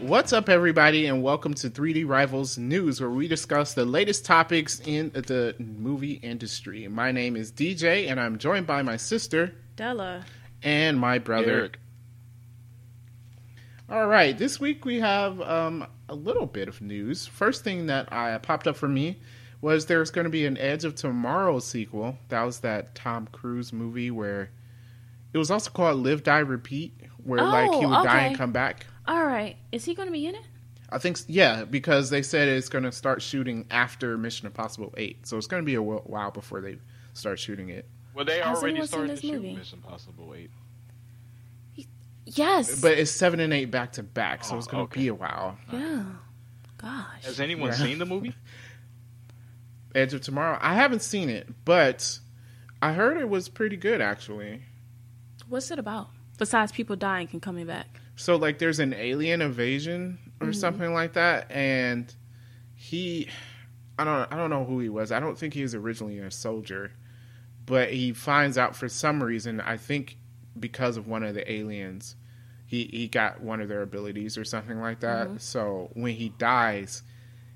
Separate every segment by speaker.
Speaker 1: What's up, everybody, and welcome to 3D Rivals News, where we discuss the latest topics in the movie industry. My name is DJ, and I'm joined by my sister
Speaker 2: Della.
Speaker 1: and my brother.
Speaker 3: Eric.
Speaker 1: All right, this week we have um, a little bit of news. First thing that uh, popped up for me was there's going to be an Edge of Tomorrow sequel. That was that Tom Cruise movie where it was also called Live, Die, Repeat, where like he
Speaker 2: Oh,
Speaker 1: would die and
Speaker 2: okay.
Speaker 1: come back.
Speaker 2: All right, is he going to be in it?
Speaker 1: I think s- yeah, because they said it's going to start shooting after Mission Impossible Eight, so it's going to be a wh- while before they start shooting it.
Speaker 3: Well, they
Speaker 2: Has
Speaker 3: already
Speaker 2: anyone seen
Speaker 3: started
Speaker 2: this
Speaker 3: to shoot
Speaker 2: movie?
Speaker 3: Mission Impossible Eight.
Speaker 2: Yes.
Speaker 1: But it's seven and eight back to back, so it's going
Speaker 3: Oh,
Speaker 1: to
Speaker 3: okay.
Speaker 1: be a while.
Speaker 2: yeah. Gosh.
Speaker 3: Has anyone
Speaker 1: Yeah.
Speaker 3: seen the movie?
Speaker 1: Edge of Tomorrow. I haven't seen it, but I heard it was pretty good actually.
Speaker 2: What's it about? Besides people dying and coming back.
Speaker 1: So like, there's an alien invasion or something like that, and he, I don't, I don't know who he was. I don't think he was originally a soldier, but he finds out for some reason. I think because of one of the aliens, he he got one of their abilities or something like that. So when he dies,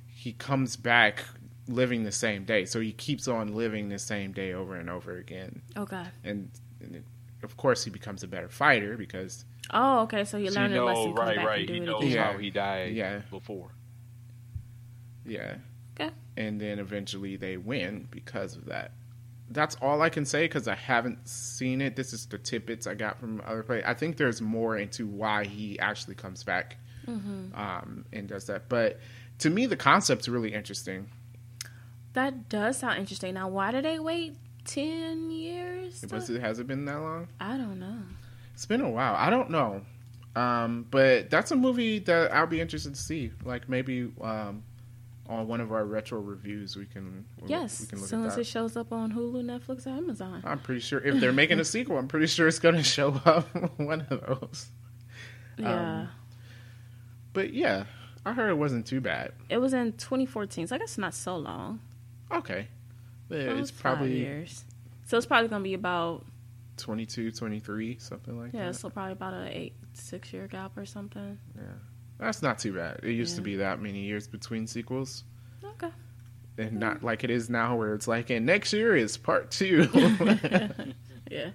Speaker 1: he comes back living the same day. So he keeps on living the same day over and over again,
Speaker 2: Oh God.
Speaker 1: and. and of course, he becomes a better fighter because
Speaker 2: Oh, okay. So you
Speaker 3: So
Speaker 2: learned a lesson. Come
Speaker 3: right,
Speaker 2: back
Speaker 3: right.
Speaker 2: And do
Speaker 3: He
Speaker 2: it
Speaker 3: knows
Speaker 2: again.
Speaker 1: Yeah.
Speaker 3: how he died
Speaker 1: Yeah.
Speaker 3: before.
Speaker 1: Yeah.
Speaker 2: Okay.
Speaker 1: And then eventually they win because of that. That's all I can say because I haven't seen it. This is the tidbits I got from other play. I think there's more into why he actually comes back
Speaker 2: Mm-hmm.
Speaker 1: um, and does that. But to me, the concept's really interesting.
Speaker 2: That does sound interesting. Now, why did they wait ten years?
Speaker 1: It
Speaker 2: to-
Speaker 1: was, has it been that long?
Speaker 2: I don't know.
Speaker 1: It's been a while. I don't know. Um, but that's a movie that I'll be interested to see. Like maybe um, on one of our retro reviews, we can we
Speaker 2: yes.
Speaker 1: can
Speaker 2: As
Speaker 1: look
Speaker 2: soon
Speaker 1: at
Speaker 2: as
Speaker 1: that.
Speaker 2: it shows up on Hulu, Netflix, or Amazon.
Speaker 1: I'm pretty sure if they're making a sequel, I'm pretty sure it's going to show up on one of those. Um,
Speaker 2: yeah.
Speaker 1: But yeah, I heard it wasn't too bad.
Speaker 2: it was in 2014, so I guess not so long.
Speaker 1: Okay. But
Speaker 2: That
Speaker 1: it's
Speaker 2: was five
Speaker 1: probably
Speaker 2: years. So it's probably gonna be about
Speaker 1: 22, 23, something like
Speaker 2: yeah,
Speaker 1: that.
Speaker 2: so probably about a eight six year gap or something.
Speaker 1: That's not too bad. It used to
Speaker 2: Yeah.
Speaker 1: be that many years between sequels.
Speaker 2: Okay.
Speaker 1: And
Speaker 2: Mm.
Speaker 1: not like it is now, where it's like, and next year is part two.
Speaker 2: Yeah.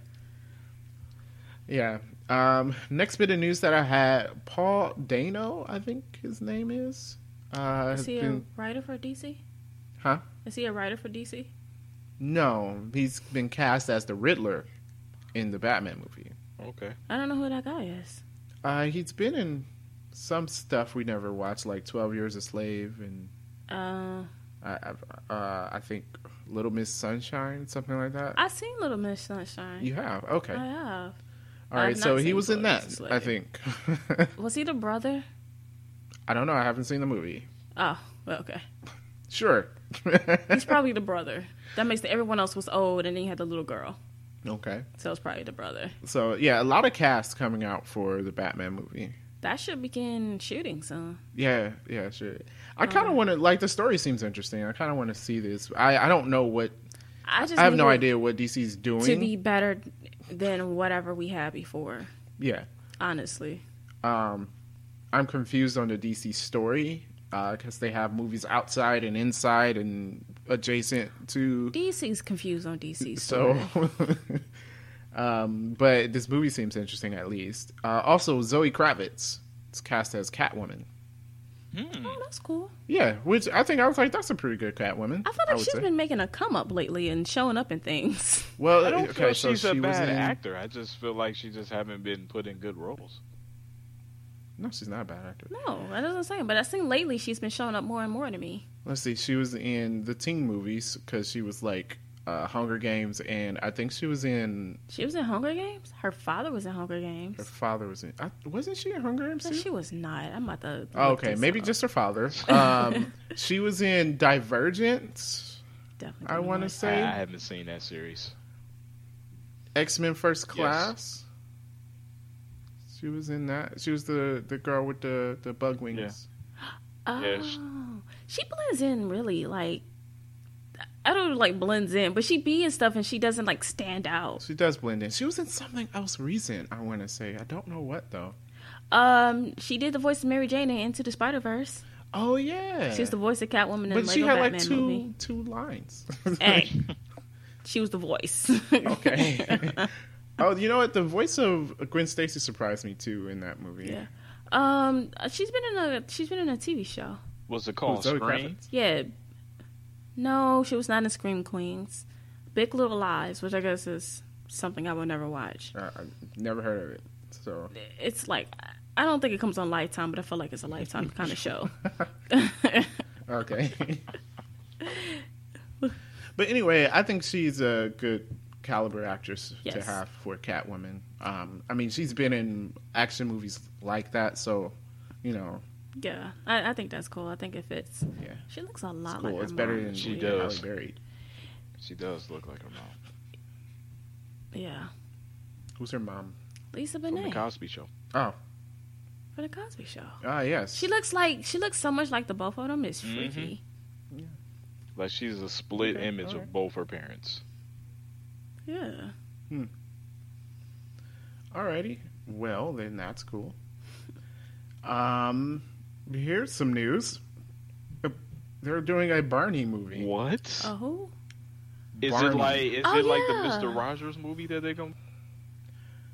Speaker 1: yeah. Um, next bit of news that I had Paul Dano, I think his name is. Uh,
Speaker 2: Is
Speaker 1: has
Speaker 2: he a
Speaker 1: been-
Speaker 2: writer for DC?
Speaker 1: Huh?
Speaker 2: Is he a writer for DC?
Speaker 1: No, he's been cast as the Riddler in the Batman movie.
Speaker 3: Okay.
Speaker 2: I don't know who that guy is.
Speaker 1: Uh, he's been in some stuff we never watched, like Twelve Years a Slave, and
Speaker 2: Uh,
Speaker 1: I, I've, uh, I think Little Miss Sunshine, something like that.
Speaker 2: I seen Little Miss Sunshine.
Speaker 1: you have okay,
Speaker 2: I have.
Speaker 1: all right.
Speaker 2: Uh, I've
Speaker 1: So
Speaker 2: not
Speaker 1: he
Speaker 2: seen
Speaker 1: was in
Speaker 2: 12 Years
Speaker 1: that,
Speaker 2: a Slave.
Speaker 1: I think.
Speaker 2: Was he the brother?
Speaker 1: I don't know. I haven't seen the movie.
Speaker 2: Oh, well, okay.
Speaker 1: Sure.
Speaker 2: He's probably the brother. That makes the, everyone else was old, and then you had the little girl.
Speaker 1: okay.
Speaker 2: So it's probably the brother.
Speaker 1: So yeah, a lot of casts coming out for the Batman movie.
Speaker 2: That should begin shooting soon.
Speaker 1: Yeah, yeah, sure. I kind
Speaker 2: Um,
Speaker 1: of want to like the story seems interesting. I kind of want to see this. I I don't know what
Speaker 2: I just
Speaker 1: I have
Speaker 2: need
Speaker 1: no
Speaker 2: it
Speaker 1: idea what DC's doing.
Speaker 2: to be better than whatever we had before.
Speaker 1: yeah.
Speaker 2: Honestly,
Speaker 1: um, I'm confused on the DC story because they have movies outside and inside and adjacent to.
Speaker 2: DC's confused on DC.
Speaker 1: So,
Speaker 2: So
Speaker 1: um, but this movie seems interesting at least. Uh, also, Zoe Kravitz is cast as Catwoman.
Speaker 2: oh, that's cool.
Speaker 1: Yeah, which I think I was like, that's a pretty good Catwoman.
Speaker 2: I feel like
Speaker 1: would
Speaker 2: she's
Speaker 1: say.
Speaker 2: been making a come up lately and showing up in things.
Speaker 1: Well,
Speaker 3: I don't
Speaker 1: okay,
Speaker 3: feel
Speaker 1: so
Speaker 3: she's a
Speaker 1: she was
Speaker 3: bad
Speaker 1: in-
Speaker 3: actor. I just feel like she just haven't been put in good roles.
Speaker 1: No, she's not a bad actor.
Speaker 2: No, that doesn't say. But I think lately she's been showing up more and more to me.
Speaker 1: Let's see, she was in the teen movies because she was like uh, Hunger Games, and I think she was in
Speaker 2: She was in Hunger Games. Her father was in Hunger
Speaker 1: Her
Speaker 2: Games.
Speaker 1: father was in. I, wasn't she in Hunger Games?
Speaker 2: No,
Speaker 1: too?
Speaker 2: she was not. I'm about to.
Speaker 1: Oh,
Speaker 2: look
Speaker 1: okay,
Speaker 2: this
Speaker 1: maybe
Speaker 2: up.
Speaker 1: just her father. Um, she was in Divergent,
Speaker 2: Definitely
Speaker 1: I
Speaker 2: didn't
Speaker 1: want to
Speaker 2: watch-
Speaker 3: I, I
Speaker 1: say.
Speaker 3: haven't seen that series.
Speaker 1: X Men First Class. She was in that. She was the the girl with the the bug wings.
Speaker 2: Oh,
Speaker 3: Yeah, she-
Speaker 2: she blends in really like. I don't like blends in, but she be and stuff, and she doesn't like stand out.
Speaker 1: She does blend in. She was in something else recent. I want to say. I don't know what though.
Speaker 2: Um, she did the voice of Mary Jane in Into the Spider Verse.
Speaker 1: Oh yeah,
Speaker 2: She was the voice of Catwoman in the
Speaker 1: but
Speaker 2: Lego
Speaker 1: she had
Speaker 2: Batman
Speaker 1: like two
Speaker 2: movie.
Speaker 1: two lines.
Speaker 2: Hey, she was the voice.
Speaker 1: okay. oh, you know what? The voice of Gwen Stacy surprised me too in that movie.
Speaker 2: Yeah. um, she's been in a she's been in a TV show.
Speaker 3: Was it
Speaker 1: Who,
Speaker 3: called
Speaker 1: Zoe
Speaker 3: Scream?
Speaker 1: Kravitz?
Speaker 2: Yeah. No, she was not in Scream Queens. Big Little Lies, which I guess is something I will never watch.
Speaker 1: Uh, I've never heard of it. So
Speaker 2: It's like I don't think it comes on Lifetime, but I feel like it's a Lifetime kind of show.
Speaker 1: okay. but anyway, I think she's a good caliber actress to
Speaker 2: Yes.
Speaker 1: have for Catwoman. Um, I mean, she's been in action movies like that, so you know,
Speaker 2: yeah, I, I think that's cool. I think it fits.
Speaker 1: yeah,
Speaker 2: She looks a lot
Speaker 1: it's cool.
Speaker 2: like
Speaker 1: it's
Speaker 2: her
Speaker 1: better
Speaker 2: mom.
Speaker 1: than
Speaker 3: She
Speaker 1: she
Speaker 3: does.
Speaker 1: Halle Berry.
Speaker 3: She does look like her mom
Speaker 2: Yeah,
Speaker 1: Who's her mom?
Speaker 2: Lisa
Speaker 3: from
Speaker 2: Bonet
Speaker 3: the Cosby Show.
Speaker 1: Oh,
Speaker 2: for the Cosby Show.
Speaker 1: ah, yes.
Speaker 2: She looks like she looks so much like the both of them. It's
Speaker 1: Mm-hmm.
Speaker 3: Mhm.
Speaker 2: freaky.
Speaker 3: Like she's a split
Speaker 1: Okay,
Speaker 3: image
Speaker 1: alright.
Speaker 3: of both her parents.
Speaker 2: Yeah.
Speaker 1: Alrighty. Well, then that's cool. Um, here's some news. They're doing a Barney movie.
Speaker 3: What?
Speaker 2: Oh, who?
Speaker 3: Is
Speaker 1: Barney.
Speaker 3: it like is
Speaker 2: Oh,
Speaker 3: it like the
Speaker 2: yeah.
Speaker 3: Mister Rogers movie that they're gonna?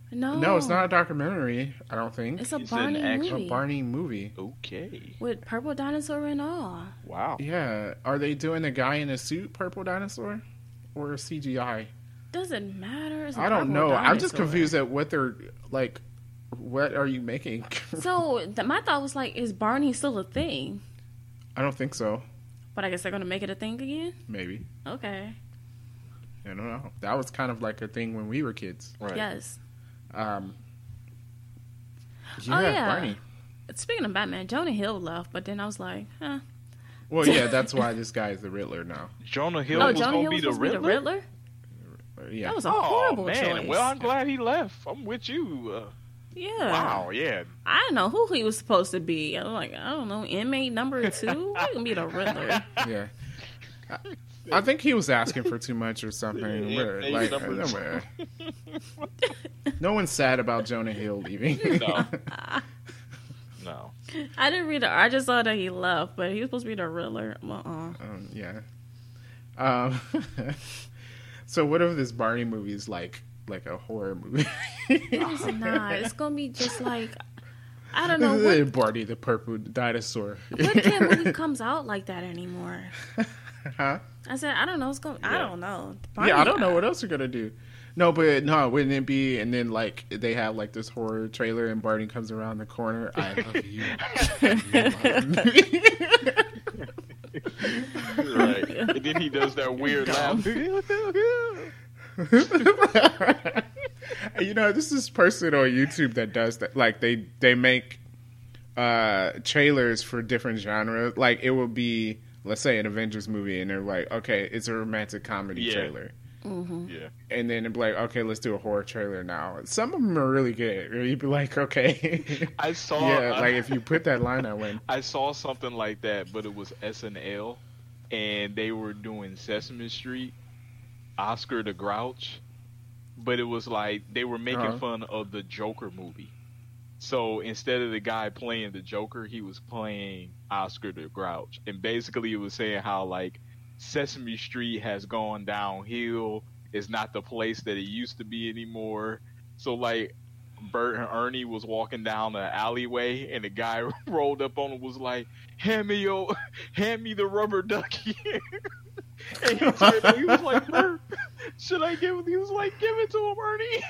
Speaker 2: No.
Speaker 1: No, it's not a documentary. I don't think
Speaker 2: It's a
Speaker 3: It's an
Speaker 2: Barney
Speaker 3: actual
Speaker 1: a
Speaker 2: movie
Speaker 1: Barney movie.
Speaker 3: Okay.
Speaker 2: with purple dinosaur and all.
Speaker 3: Wow.
Speaker 1: Yeah. Are they doing a guy in a suit, purple dinosaur, or CGI?
Speaker 2: Doesn't matter. It's a
Speaker 1: I don't know.
Speaker 2: purple
Speaker 1: I'm just
Speaker 2: dinosaur.
Speaker 1: confused at what they're like. What are you making?
Speaker 2: So th- my thought was like, is Barney still a thing?
Speaker 1: I don't think so.
Speaker 2: But I guess they're gonna make it a thing again.
Speaker 1: Maybe.
Speaker 2: Okay.
Speaker 1: I don't know. That was kind of like a thing when we were kids.
Speaker 3: Right.
Speaker 2: Yes.
Speaker 1: Um,
Speaker 2: Oh,
Speaker 1: yeah,
Speaker 2: yeah.
Speaker 1: Barney.
Speaker 2: Speaking of Batman, Jonah Hill left, but then I was like, huh?
Speaker 1: Well, yeah, that's why this guy is the Riddler now.
Speaker 3: Jonah Hill
Speaker 2: oh,
Speaker 3: was
Speaker 2: Jonah
Speaker 3: gonna
Speaker 2: Hill
Speaker 3: be
Speaker 2: was
Speaker 3: the
Speaker 2: supposed to be the
Speaker 3: Riddler.
Speaker 2: Riddler.
Speaker 1: Uh, Yeah.
Speaker 2: That was a
Speaker 3: Oh
Speaker 2: horrible
Speaker 3: man.
Speaker 2: choice.
Speaker 3: Well, I'm glad he left. I'm with you. Uh,
Speaker 2: yeah.
Speaker 3: Wow. Yeah.
Speaker 2: I don't know who he was supposed to be. I'm like, I don't know, inmate number two. He can be the Riddler.
Speaker 1: yeah. I, I think he was asking for too much or something.
Speaker 3: Yeah,
Speaker 1: Where,
Speaker 3: maybe
Speaker 1: like,
Speaker 3: number two.
Speaker 1: where. No one's sad about Jonah Hill leaving.
Speaker 3: No. no.
Speaker 2: I didn't read it. I just saw that he left, but he was supposed to be the Riddler. Uh-uh.
Speaker 1: um, yeah. Um, so what if this Barney movie is like like a horror movie?
Speaker 2: It's not. It's gonna be just like I don't know
Speaker 1: This
Speaker 2: what,
Speaker 1: is Barney the purple dinosaur.
Speaker 2: what kid movie comes out like that anymore.
Speaker 1: Huh?
Speaker 2: I said I don't know. It's gonna. I
Speaker 3: Yeah.
Speaker 2: don't know.
Speaker 1: yeah, I
Speaker 2: Barney-
Speaker 1: don't know what else they're gonna do. No, but no, wouldn't it be? And then like they have like this horror trailer, and Barney comes around the corner. I love you.
Speaker 3: Right. and then he does that weird laugh.
Speaker 1: you know, this is person on YouTube that does that. Like they they make uh trailers for different genres. Like it will be, let's say, an Avengers movie, and they're like, okay, it's a romantic comedy
Speaker 3: Yeah.
Speaker 1: trailer.
Speaker 3: yeah.
Speaker 1: and then it'd be like, okay, let's do a horror trailer now. Some of them are really good. Or You'd be like, okay,
Speaker 3: I saw.
Speaker 1: yeah,
Speaker 3: I-
Speaker 1: like if you put that line, I win.
Speaker 3: I saw something like that, but it was SNL, and they were doing Sesame Street, Oscar the Grouch, but it was like they were making
Speaker 1: Uh-huh.
Speaker 3: fun of the Joker movie. So instead of the guy playing the Joker, he was playing Oscar the Grouch, and basically it was saying how like Sesame Street has gone downhill. It's not the place that it used to be anymore. So like Bert and Ernie was walking down the alleyway, and the guy rolled up on him was like, "Hand me your, hand me the rubber ducky." and he, turned, and he was like, "Bert, should I give it?" He was like, "Give it to him, Ernie."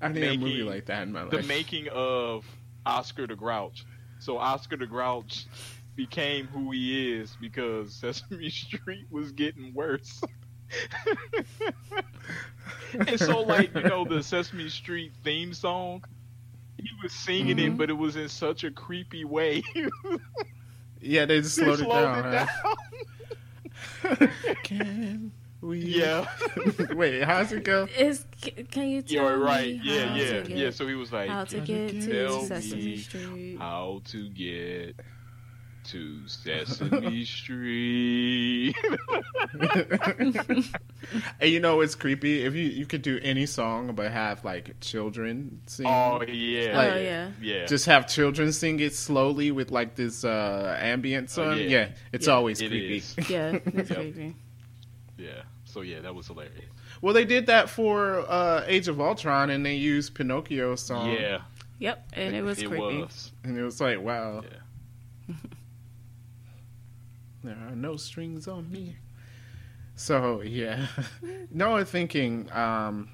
Speaker 1: I need a movie
Speaker 3: Making-
Speaker 1: like that in my
Speaker 3: the
Speaker 1: life.
Speaker 3: making of Oscar the Grouch. So Oscar the Grouch became who he is because Sesame Street was getting worse. and so, like you know, the Sesame Street theme song, he was singing it,
Speaker 1: Mm-hmm.
Speaker 2: Mhm.
Speaker 3: but it was in such a creepy way. They
Speaker 1: yeah, they just slowed, it down.
Speaker 3: down.
Speaker 1: huh? Can we?
Speaker 3: Yeah,
Speaker 1: Wait, how's it go?
Speaker 2: Is c- can you tell
Speaker 3: you're right.
Speaker 2: me
Speaker 3: Yeah,
Speaker 2: how
Speaker 3: yeah,
Speaker 2: to get,
Speaker 3: yeah. So he was like,
Speaker 2: how to
Speaker 1: Can
Speaker 2: get
Speaker 1: you
Speaker 2: to
Speaker 3: tell
Speaker 2: Sesame
Speaker 3: me
Speaker 2: Street?
Speaker 3: "How to get to Sesame Street.
Speaker 1: And you know it's creepy if you you could do any song but have like children sing.
Speaker 3: oh yeah,
Speaker 1: Like,
Speaker 2: oh yeah.
Speaker 3: yeah.
Speaker 1: Just have children sing it slowly with like this uh ambient
Speaker 3: Oh,
Speaker 1: song.
Speaker 3: yeah.
Speaker 1: yeah. it's
Speaker 2: Yeah.
Speaker 1: always
Speaker 3: It
Speaker 1: creepy.
Speaker 3: is.
Speaker 2: Yeah, that's
Speaker 3: Yep.
Speaker 2: creepy.
Speaker 3: yeah. So yeah, that was hilarious.
Speaker 1: Well, they did that for uh Age of Ultron and they used Pinocchio's song.
Speaker 3: yeah,
Speaker 2: Yep, and it was
Speaker 3: it
Speaker 2: creepy.
Speaker 3: was.
Speaker 1: And it was like, wow.
Speaker 3: Yeah.
Speaker 1: there are no strings on me. So yeah, no I'm thinking. Um,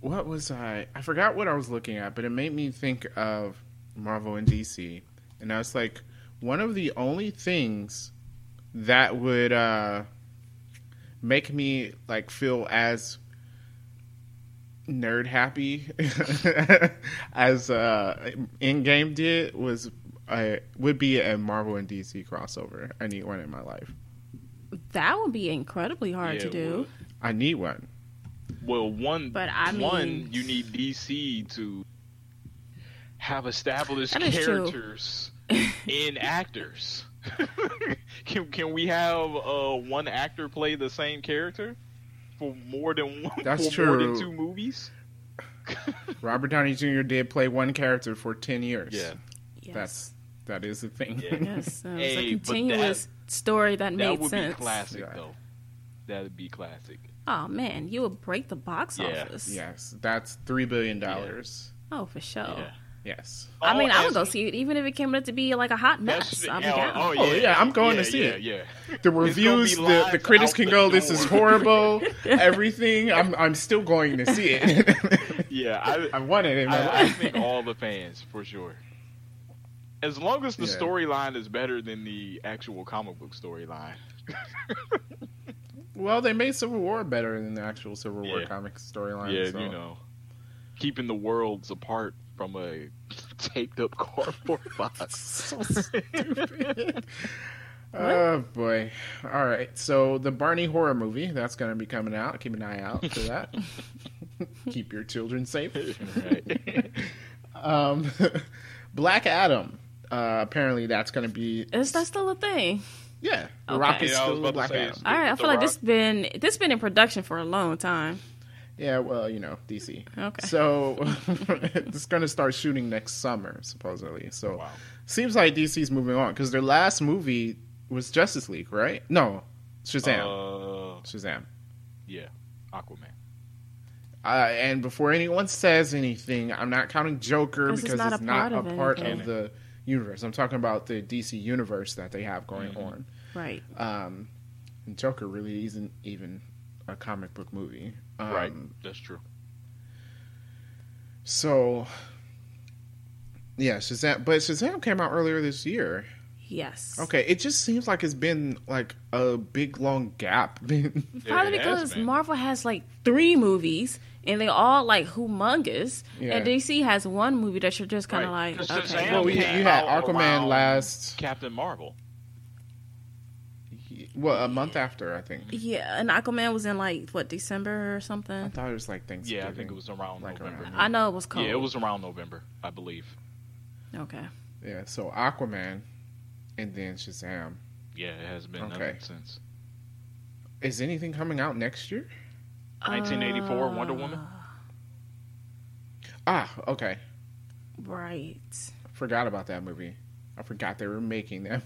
Speaker 1: what was I? I forgot what I was looking at, but it made me think of Marvel and DC, and I was like, one of the only things that would uh, make me like feel as nerd happy as uh, Endgame did was I would be a Marvel and DC crossover. I need one in my life.
Speaker 2: That would be incredibly hard
Speaker 3: Yeah,
Speaker 2: to
Speaker 3: it
Speaker 2: do.
Speaker 3: would.
Speaker 1: I need one.
Speaker 3: Well, one,
Speaker 2: But I
Speaker 3: one,
Speaker 2: mean-
Speaker 3: you need DC to have established
Speaker 2: That is true.
Speaker 3: characters in actors. can can we have uh, one actor play the same character for more than one?
Speaker 1: That's
Speaker 3: for More than
Speaker 1: true.
Speaker 3: two movies.
Speaker 1: Robert Downey Jr. did play one character for ten years.
Speaker 3: Yeah.
Speaker 2: Yes.
Speaker 1: that's that is the thing.
Speaker 3: Yeah.
Speaker 2: Yes, it was
Speaker 3: Hey,
Speaker 2: a
Speaker 3: but that-
Speaker 2: continuous story that,
Speaker 3: that
Speaker 2: made
Speaker 3: would
Speaker 2: sense.
Speaker 3: be classic,
Speaker 1: Yeah.
Speaker 3: though. That'd be classic.
Speaker 2: Oh man, you would break the box
Speaker 3: Yeah.
Speaker 2: office.
Speaker 1: yes, that's three billion dollars.
Speaker 2: Oh, for sure.
Speaker 3: Yeah.
Speaker 1: Yes.
Speaker 2: I mean,
Speaker 3: Oh,
Speaker 2: I
Speaker 3: as-
Speaker 2: would go see it even if it came out to be like a hot
Speaker 3: that's
Speaker 2: mess.
Speaker 3: the-
Speaker 2: I'm
Speaker 3: oh,
Speaker 2: down.
Speaker 3: oh, yeah,
Speaker 1: Oh, yeah, I'm going to see
Speaker 3: yeah,
Speaker 1: it.
Speaker 3: Yeah,
Speaker 1: The
Speaker 3: gonna be
Speaker 1: reviews, the, the
Speaker 3: live
Speaker 1: critics
Speaker 3: out
Speaker 1: can
Speaker 3: the
Speaker 1: go, this is
Speaker 3: door."
Speaker 1: horrible, everything. I'm, I'm still going to see it.
Speaker 3: yeah. I,
Speaker 1: I want it in my
Speaker 3: I, I
Speaker 1: life.
Speaker 3: think all the fans for sure. As long as the
Speaker 1: Yeah.
Speaker 3: storyline is better than the actual comic book storyline,
Speaker 1: Well, they made Civil War better than the actual Civil War
Speaker 3: Yeah.
Speaker 1: comic storyline.
Speaker 3: yeah,
Speaker 1: so.
Speaker 3: you know, keeping the worlds apart from a taped-up cardboard box.
Speaker 1: so stupid. Oh boy! All right, so the Barney horror movie that's going to be coming out. Keep an eye out for that. Keep your children safe.
Speaker 3: Right.
Speaker 1: Um, Black Adam. Uh, apparently, that's going to be
Speaker 2: Is that still a thing?
Speaker 1: yeah. The
Speaker 2: Okay.
Speaker 1: Rock is
Speaker 3: Yeah, I was
Speaker 1: still
Speaker 3: about to
Speaker 1: Black
Speaker 3: say,
Speaker 1: Adam.
Speaker 3: it's-
Speaker 2: All right, I
Speaker 3: The
Speaker 2: feel like
Speaker 3: Rock?
Speaker 2: this been this been in production for a long time.
Speaker 1: Yeah, well, you know, DC.
Speaker 2: Okay.
Speaker 1: So it's going to start shooting next summer, supposedly. So
Speaker 3: Wow.
Speaker 1: seems like DC's moving on because their last movie was Justice League, right? No, Shazam.
Speaker 3: Uh,
Speaker 1: Shazam.
Speaker 3: yeah, Aquaman.
Speaker 1: Uh, and before anyone says anything, I'm not counting Joker
Speaker 2: 'Cause it's
Speaker 1: because
Speaker 2: not
Speaker 1: it's
Speaker 2: a
Speaker 1: not
Speaker 2: part
Speaker 1: a
Speaker 2: of
Speaker 1: part of
Speaker 2: anything.
Speaker 1: the universe. I'm talking about the DC universe that they have going on.
Speaker 3: Mm-hmm.
Speaker 2: Right.
Speaker 1: Um, and Joker really isn't even a comic book movie. Um,
Speaker 3: right, that's true.
Speaker 1: So, yeah, Shazam. But Shazam came out earlier this year.
Speaker 2: Yes.
Speaker 1: Okay, it just seems like it's been like a big long gap.
Speaker 2: Probably
Speaker 3: It has
Speaker 2: because
Speaker 3: been.
Speaker 2: Marvel has like three movies and they all like humongous,
Speaker 1: Yeah.
Speaker 2: and DC has one movie that you're just kind of
Speaker 3: Right. 'Cause
Speaker 2: like, okay,
Speaker 3: Shazam
Speaker 1: well, we, you
Speaker 3: came
Speaker 1: had
Speaker 3: out
Speaker 1: Aquaman
Speaker 3: around
Speaker 1: last
Speaker 3: Captain Marvel.
Speaker 1: well a month after I think.
Speaker 2: yeah, and Aquaman was in like what December or
Speaker 1: I
Speaker 2: something.
Speaker 1: thought it was like Thanksgiving.
Speaker 3: Yeah, I think it was around
Speaker 1: Like
Speaker 3: November.
Speaker 1: around.
Speaker 2: I know it was cold.
Speaker 3: Yeah, it was around November, I believe.
Speaker 2: okay.
Speaker 1: Yeah, so Aquaman, and then Shazam.
Speaker 3: Yeah, it has been
Speaker 1: Okay.
Speaker 3: nothing since
Speaker 1: Is anything coming out next year?
Speaker 2: Uh,
Speaker 3: 1984 Wonder Woman.
Speaker 1: Ah, okay.
Speaker 2: Right.
Speaker 1: Forgot about that movie. I forgot they were making them.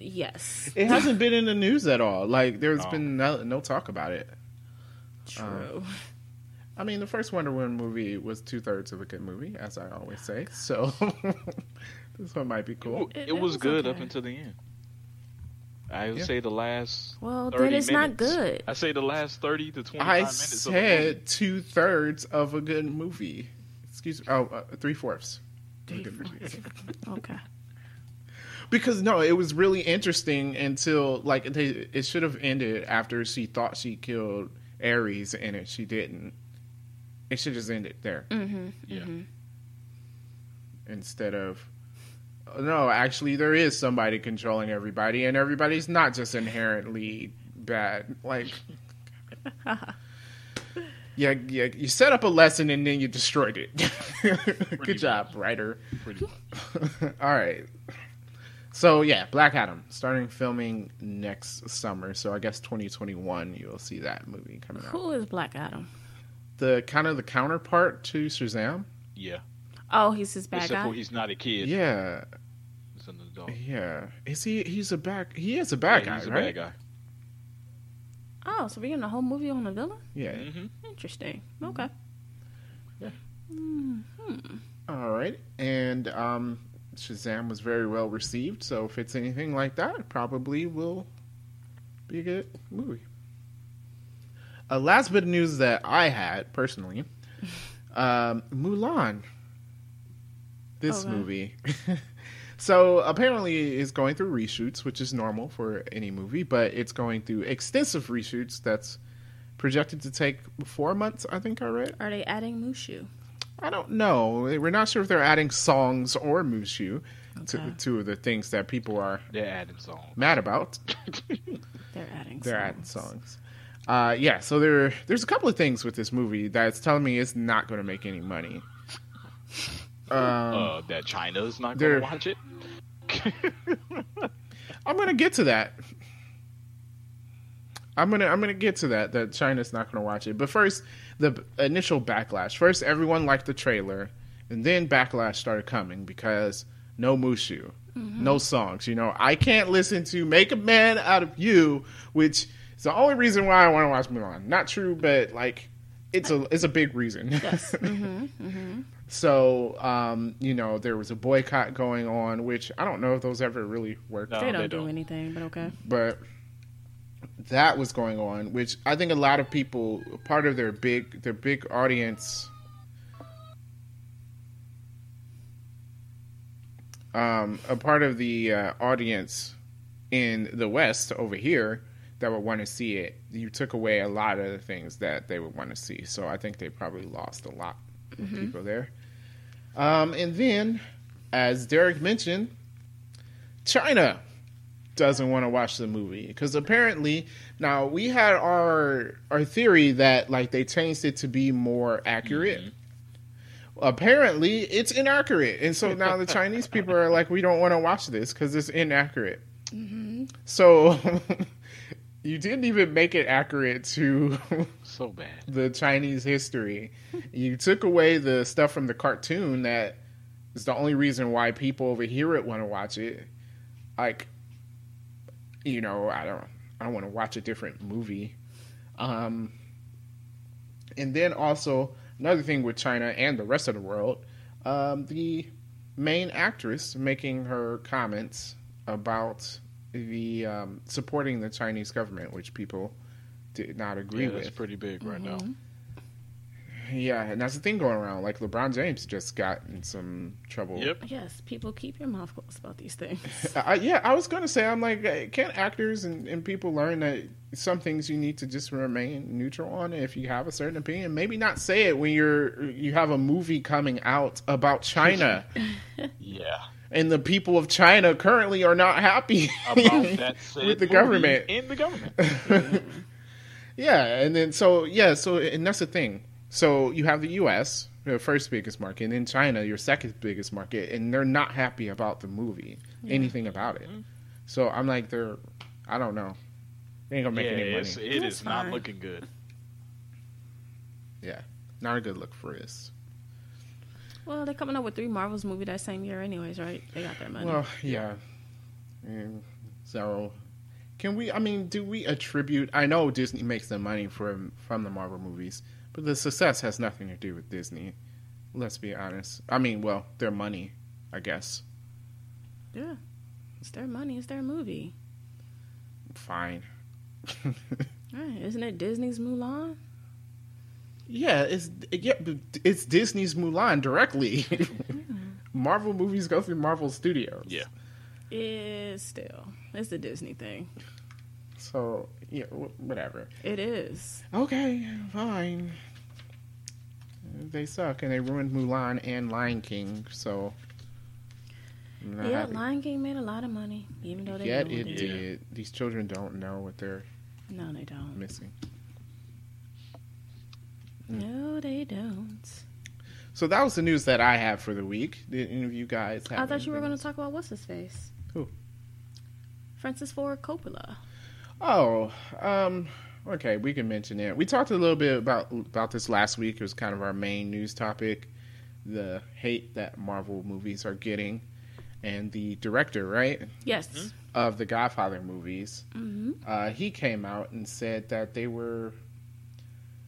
Speaker 2: Yes.
Speaker 3: Uh,
Speaker 1: It hasn't been in the news at all. Like there's
Speaker 3: No.
Speaker 1: been no, no talk about it.
Speaker 2: True.
Speaker 1: I mean, the first Wonder Woman movie was two thirds of a good movie, as I always say. So this one might be cool.
Speaker 2: It-
Speaker 3: It, it
Speaker 2: it
Speaker 3: was
Speaker 2: was
Speaker 3: good
Speaker 2: okay.
Speaker 3: up until the end. I would
Speaker 1: Yeah.
Speaker 3: say the last.
Speaker 2: well,
Speaker 3: 30
Speaker 2: then it's not
Speaker 3: minutes.
Speaker 2: good.
Speaker 3: I say the last thirty to twenty-five
Speaker 1: I
Speaker 3: minutes. of the movie.
Speaker 1: said two thirds of a good movie. Excuse me. Oh, uh, three fourths.
Speaker 2: Okay.
Speaker 1: Because no, it was really interesting until like they, it should have ended after she thought she killed Ares and it she didn't. It should just ended there
Speaker 2: Mm-hmm.
Speaker 3: Yeah.
Speaker 1: instead of no. Actually, there is somebody controlling everybody, and everybody's not just inherently bad. Like, yeah, yeah, you set up a lesson and then you destroyed it. Good
Speaker 3: much.
Speaker 1: job, writer.
Speaker 3: pretty much.
Speaker 1: All right. So yeah, Black Adam starting filming next summer. So I guess 2021 you'll see that movie coming out.
Speaker 2: Who is Black Adam?
Speaker 1: The kind of the counterpart to Shazam.
Speaker 3: Yeah.
Speaker 2: Oh, he's his bad
Speaker 3: Except for
Speaker 2: guy.
Speaker 3: he's not a kid.
Speaker 1: Yeah,
Speaker 3: He's an adult.
Speaker 1: yeah. Is he? He's a back. He is a bad
Speaker 3: yeah,
Speaker 1: guy,
Speaker 3: he's a
Speaker 1: right?
Speaker 3: bad guy.
Speaker 2: Oh, so we're getting a whole movie on a villain?
Speaker 1: Yeah.
Speaker 3: hmm
Speaker 2: Interesting. Okay.
Speaker 1: Yeah.
Speaker 2: Mm.
Speaker 1: All right. And um, Shazam was very well received. So if it's anything like that, it probably will be a good movie. A last bit of news that I had personally um, Mulan. This
Speaker 2: Okay.
Speaker 1: movie. so apparently it's going through reshoots, which is normal for any movie, but it's going through extensive reshoots that's projected to take four months, I think I read.
Speaker 2: Are they adding Mushu?
Speaker 1: I don't know. We're not sure if they're adding songs or Mushu to
Speaker 2: Okay.
Speaker 1: two of the things that people are
Speaker 3: They're adding song.
Speaker 1: mad about.
Speaker 2: They're adding.
Speaker 1: they're adding
Speaker 2: songs.
Speaker 1: songs. Uh, yeah, so there there's a couple of things with this movie that's telling me it's not going to make any money. Um,
Speaker 3: uh, that China is not
Speaker 1: they're-
Speaker 3: going to watch it.
Speaker 1: I'm going to get to that. I'm gonna I'm gonna get to that that China's not gonna watch it, but first the b- initial backlash. First, everyone liked the trailer, and then backlash started coming because no Mushu, no songs. You know, I can't listen to "Make a Man Out of You," which is the only reason why I want to watch Mulan. Not true, but like it's a it's a big reason.
Speaker 2: Yes.
Speaker 1: so um, you know there was a boycott going on, which I don't know if those ever really worked
Speaker 3: No,
Speaker 2: they don't
Speaker 3: they
Speaker 2: do
Speaker 3: don't.
Speaker 2: anything, but okay.
Speaker 1: but that was going on which i think a lot of people part of their big their big audience um, a part of the uh, audience in the west over here that would want to see it you took away a lot of the things that they would want to see so i think they probably lost a lot of people there um, and then as derek mentioned china doesn't want to watch the movie because apparently now we had our our theory that like they changed it to be more accurate. Apparently, it's inaccurate, and so now the Chinese people are like, we don't want to watch this because it's inaccurate. So you didn't even make it accurate to
Speaker 3: So bad.
Speaker 1: the Chinese history. You took away the stuff from the cartoon that is the only reason why people over here want to watch it. Like, you know, I don't, I don't want to watch a different movie. Um, and then also another thing with China and the rest of the world, um, the main actress making her comments about the um, supporting the Chinese government, which people did not agree
Speaker 3: Yeah,
Speaker 1: with.
Speaker 3: that's pretty big right now.
Speaker 1: Yeah, and that's the thing going around. Like LeBron James just got in some trouble. Uh,
Speaker 3: Yep.
Speaker 2: Yes, people keep your mouth closed about these things.
Speaker 1: I, yeah, I was gonna say, I'm like, uh, can't actors and, and people learn that some things you need to just remain neutral on? If you have a certain opinion, maybe not say it when you're you have a movie coming out about China
Speaker 3: Yeah.
Speaker 1: and the people of China currently are not happy
Speaker 3: About that said
Speaker 1: with the
Speaker 3: movie
Speaker 1: government.
Speaker 3: In the government.
Speaker 1: Yeah, and then so yeah, so and that's the thing. So you have the U.S. the first biggest market, and then China, your second biggest market, and they're not happy about the movie, anything about it. So I'm like, they're, I don't know, they ain't gonna
Speaker 3: Yeah,
Speaker 1: make any money.
Speaker 3: it's, it
Speaker 2: That's
Speaker 3: is
Speaker 2: fine.
Speaker 3: not looking good.
Speaker 1: Yeah, not a good look for us.
Speaker 2: well, they're coming up with three Marvels movie that same year, anyways, right? They got their money.
Speaker 1: Well, yeah, and so can we? I mean, do we attribute? I know Disney makes the money from from the Marvel movies, but the success has nothing to do with Disney. Let's be honest. I mean, well, their money, I guess.
Speaker 2: yeah, it's their money. It's their movie.
Speaker 1: fine.
Speaker 2: Right? Isn't it Disney's Mulan?
Speaker 1: yeah, it's yeah, but it's Disney's Mulan directly. Marvel movies go through Marvel Studios.
Speaker 3: Yeah.
Speaker 2: It's still it's the Disney thing.
Speaker 1: So yeah, wh- whatever.
Speaker 2: It is.
Speaker 1: Okay, fine. They suck, and they ruined Mulan and Lion King. So I'm not
Speaker 2: yeah,
Speaker 1: happy.
Speaker 2: Lion King made a lot of money, even though they
Speaker 1: Yet
Speaker 2: ruined
Speaker 1: it
Speaker 2: it.
Speaker 1: did. These children don't know what they're
Speaker 2: No, they don't.
Speaker 1: missing.
Speaker 2: No, they don't.
Speaker 1: So that was the news that I have for the week. Did any of you guys? Have
Speaker 2: I thought you were
Speaker 1: anything?
Speaker 2: going to talk about what's his face.
Speaker 1: Who?
Speaker 2: Francis Ford Coppola.
Speaker 1: Oh, um, okay, we can mention it. We talked a little bit about about this last week. It was kind of our main news topic, the hate that Marvel movies are getting, and the director, right,
Speaker 2: Yes.
Speaker 1: of the Godfather movies.
Speaker 2: Mm-hmm.
Speaker 1: Uh, he came out and said that they were.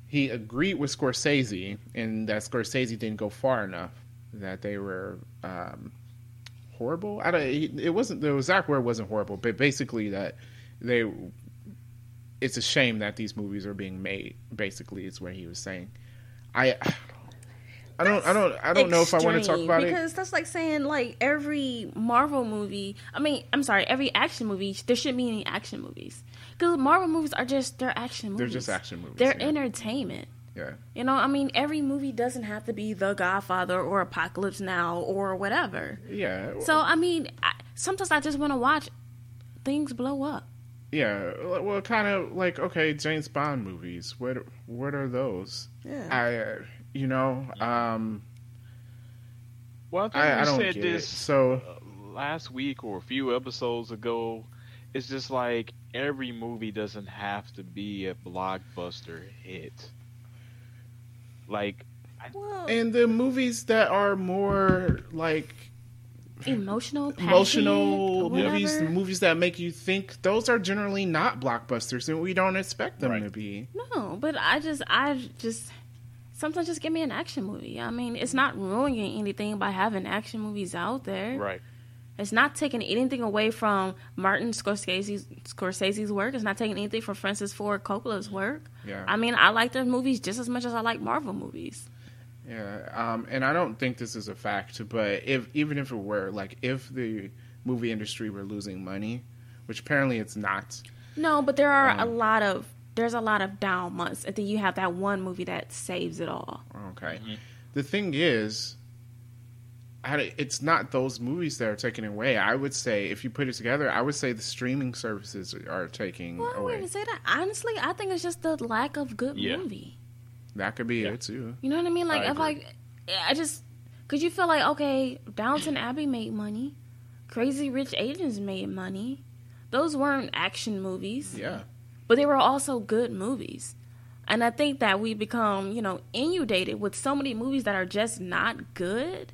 Speaker 1: He agreed with Scorsese, and that Scorsese didn't go far enough. That they were um, horrible. I don't. he- It wasn't the exact word wasn't horrible, but basically that they. It's a shame that these movies are being made. Basically, is what he was saying. I. I don't. I don't. I don't know if I want to talk
Speaker 2: Extreme,
Speaker 1: about it.
Speaker 2: because that's like saying like every Marvel movie. I mean, I'm sorry, every action movie. There shouldn't be any action movies because Marvel movies are just they're action movies.
Speaker 1: They're just action movies.
Speaker 2: They're
Speaker 1: yeah.
Speaker 2: entertainment.
Speaker 1: Yeah.
Speaker 2: You know, I mean, every movie doesn't have to be The Godfather or Apocalypse Now or whatever.
Speaker 1: Yeah.
Speaker 2: So, I mean, I, sometimes I just want to watch things blow up.
Speaker 1: Yeah, well, kind of like okay, James Bond movies. What what are those?
Speaker 2: Yeah.
Speaker 1: I, uh, you know, um,
Speaker 3: Well, I think
Speaker 1: I,
Speaker 3: we
Speaker 1: I don't
Speaker 3: said
Speaker 1: get it.
Speaker 3: this
Speaker 1: So
Speaker 3: uh, last week or a few episodes ago. It's just like every movie doesn't have to be a blockbuster hit. Like
Speaker 2: Well,
Speaker 1: and the movies that are more like
Speaker 2: emotional, passion,
Speaker 1: emotional movies, the
Speaker 2: whatever.
Speaker 1: movies that make you think, those are generally not blockbusters, and we don't expect them
Speaker 3: Right.
Speaker 1: to be.
Speaker 2: No, but I just, I just, sometimes just give me an action movie. I mean, it's not ruining anything by having action movies out there.
Speaker 3: right,
Speaker 2: It's not taking anything away from Martin Scorsese's, Scorsese's work. It's not taking anything from Francis Ford Coppola's work.
Speaker 1: Yeah,
Speaker 2: I mean, I like their movies just as much as I like Marvel movies.
Speaker 1: yeah. Um, and I don't think this is a fact, but if even if it were, like, if the movie industry were losing money, which apparently it's not.
Speaker 2: No, but there are a
Speaker 1: Um,
Speaker 2: lot of there's a lot of down months, and then you have that one movie that saves it all.
Speaker 1: Okay.
Speaker 3: Mhm.
Speaker 1: The thing is, I, it's not those movies that are taken away. I would say, if you put it together, I would say the streaming services are taking
Speaker 2: Well, I
Speaker 1: away.
Speaker 2: wouldn't say that. Honestly, I think it's just the lack of good
Speaker 3: Yeah.
Speaker 2: movie.
Speaker 1: That could be
Speaker 3: Yeah.
Speaker 1: it too.
Speaker 2: You know what I mean? Like
Speaker 1: I
Speaker 2: if like I just because you feel like okay, Downton Abbey made money, Crazy Rich Asians made money. Those weren't action movies.
Speaker 1: Yeah.
Speaker 2: but they were also good movies. And I think that we become, you know, inundated with so many movies that are just not good.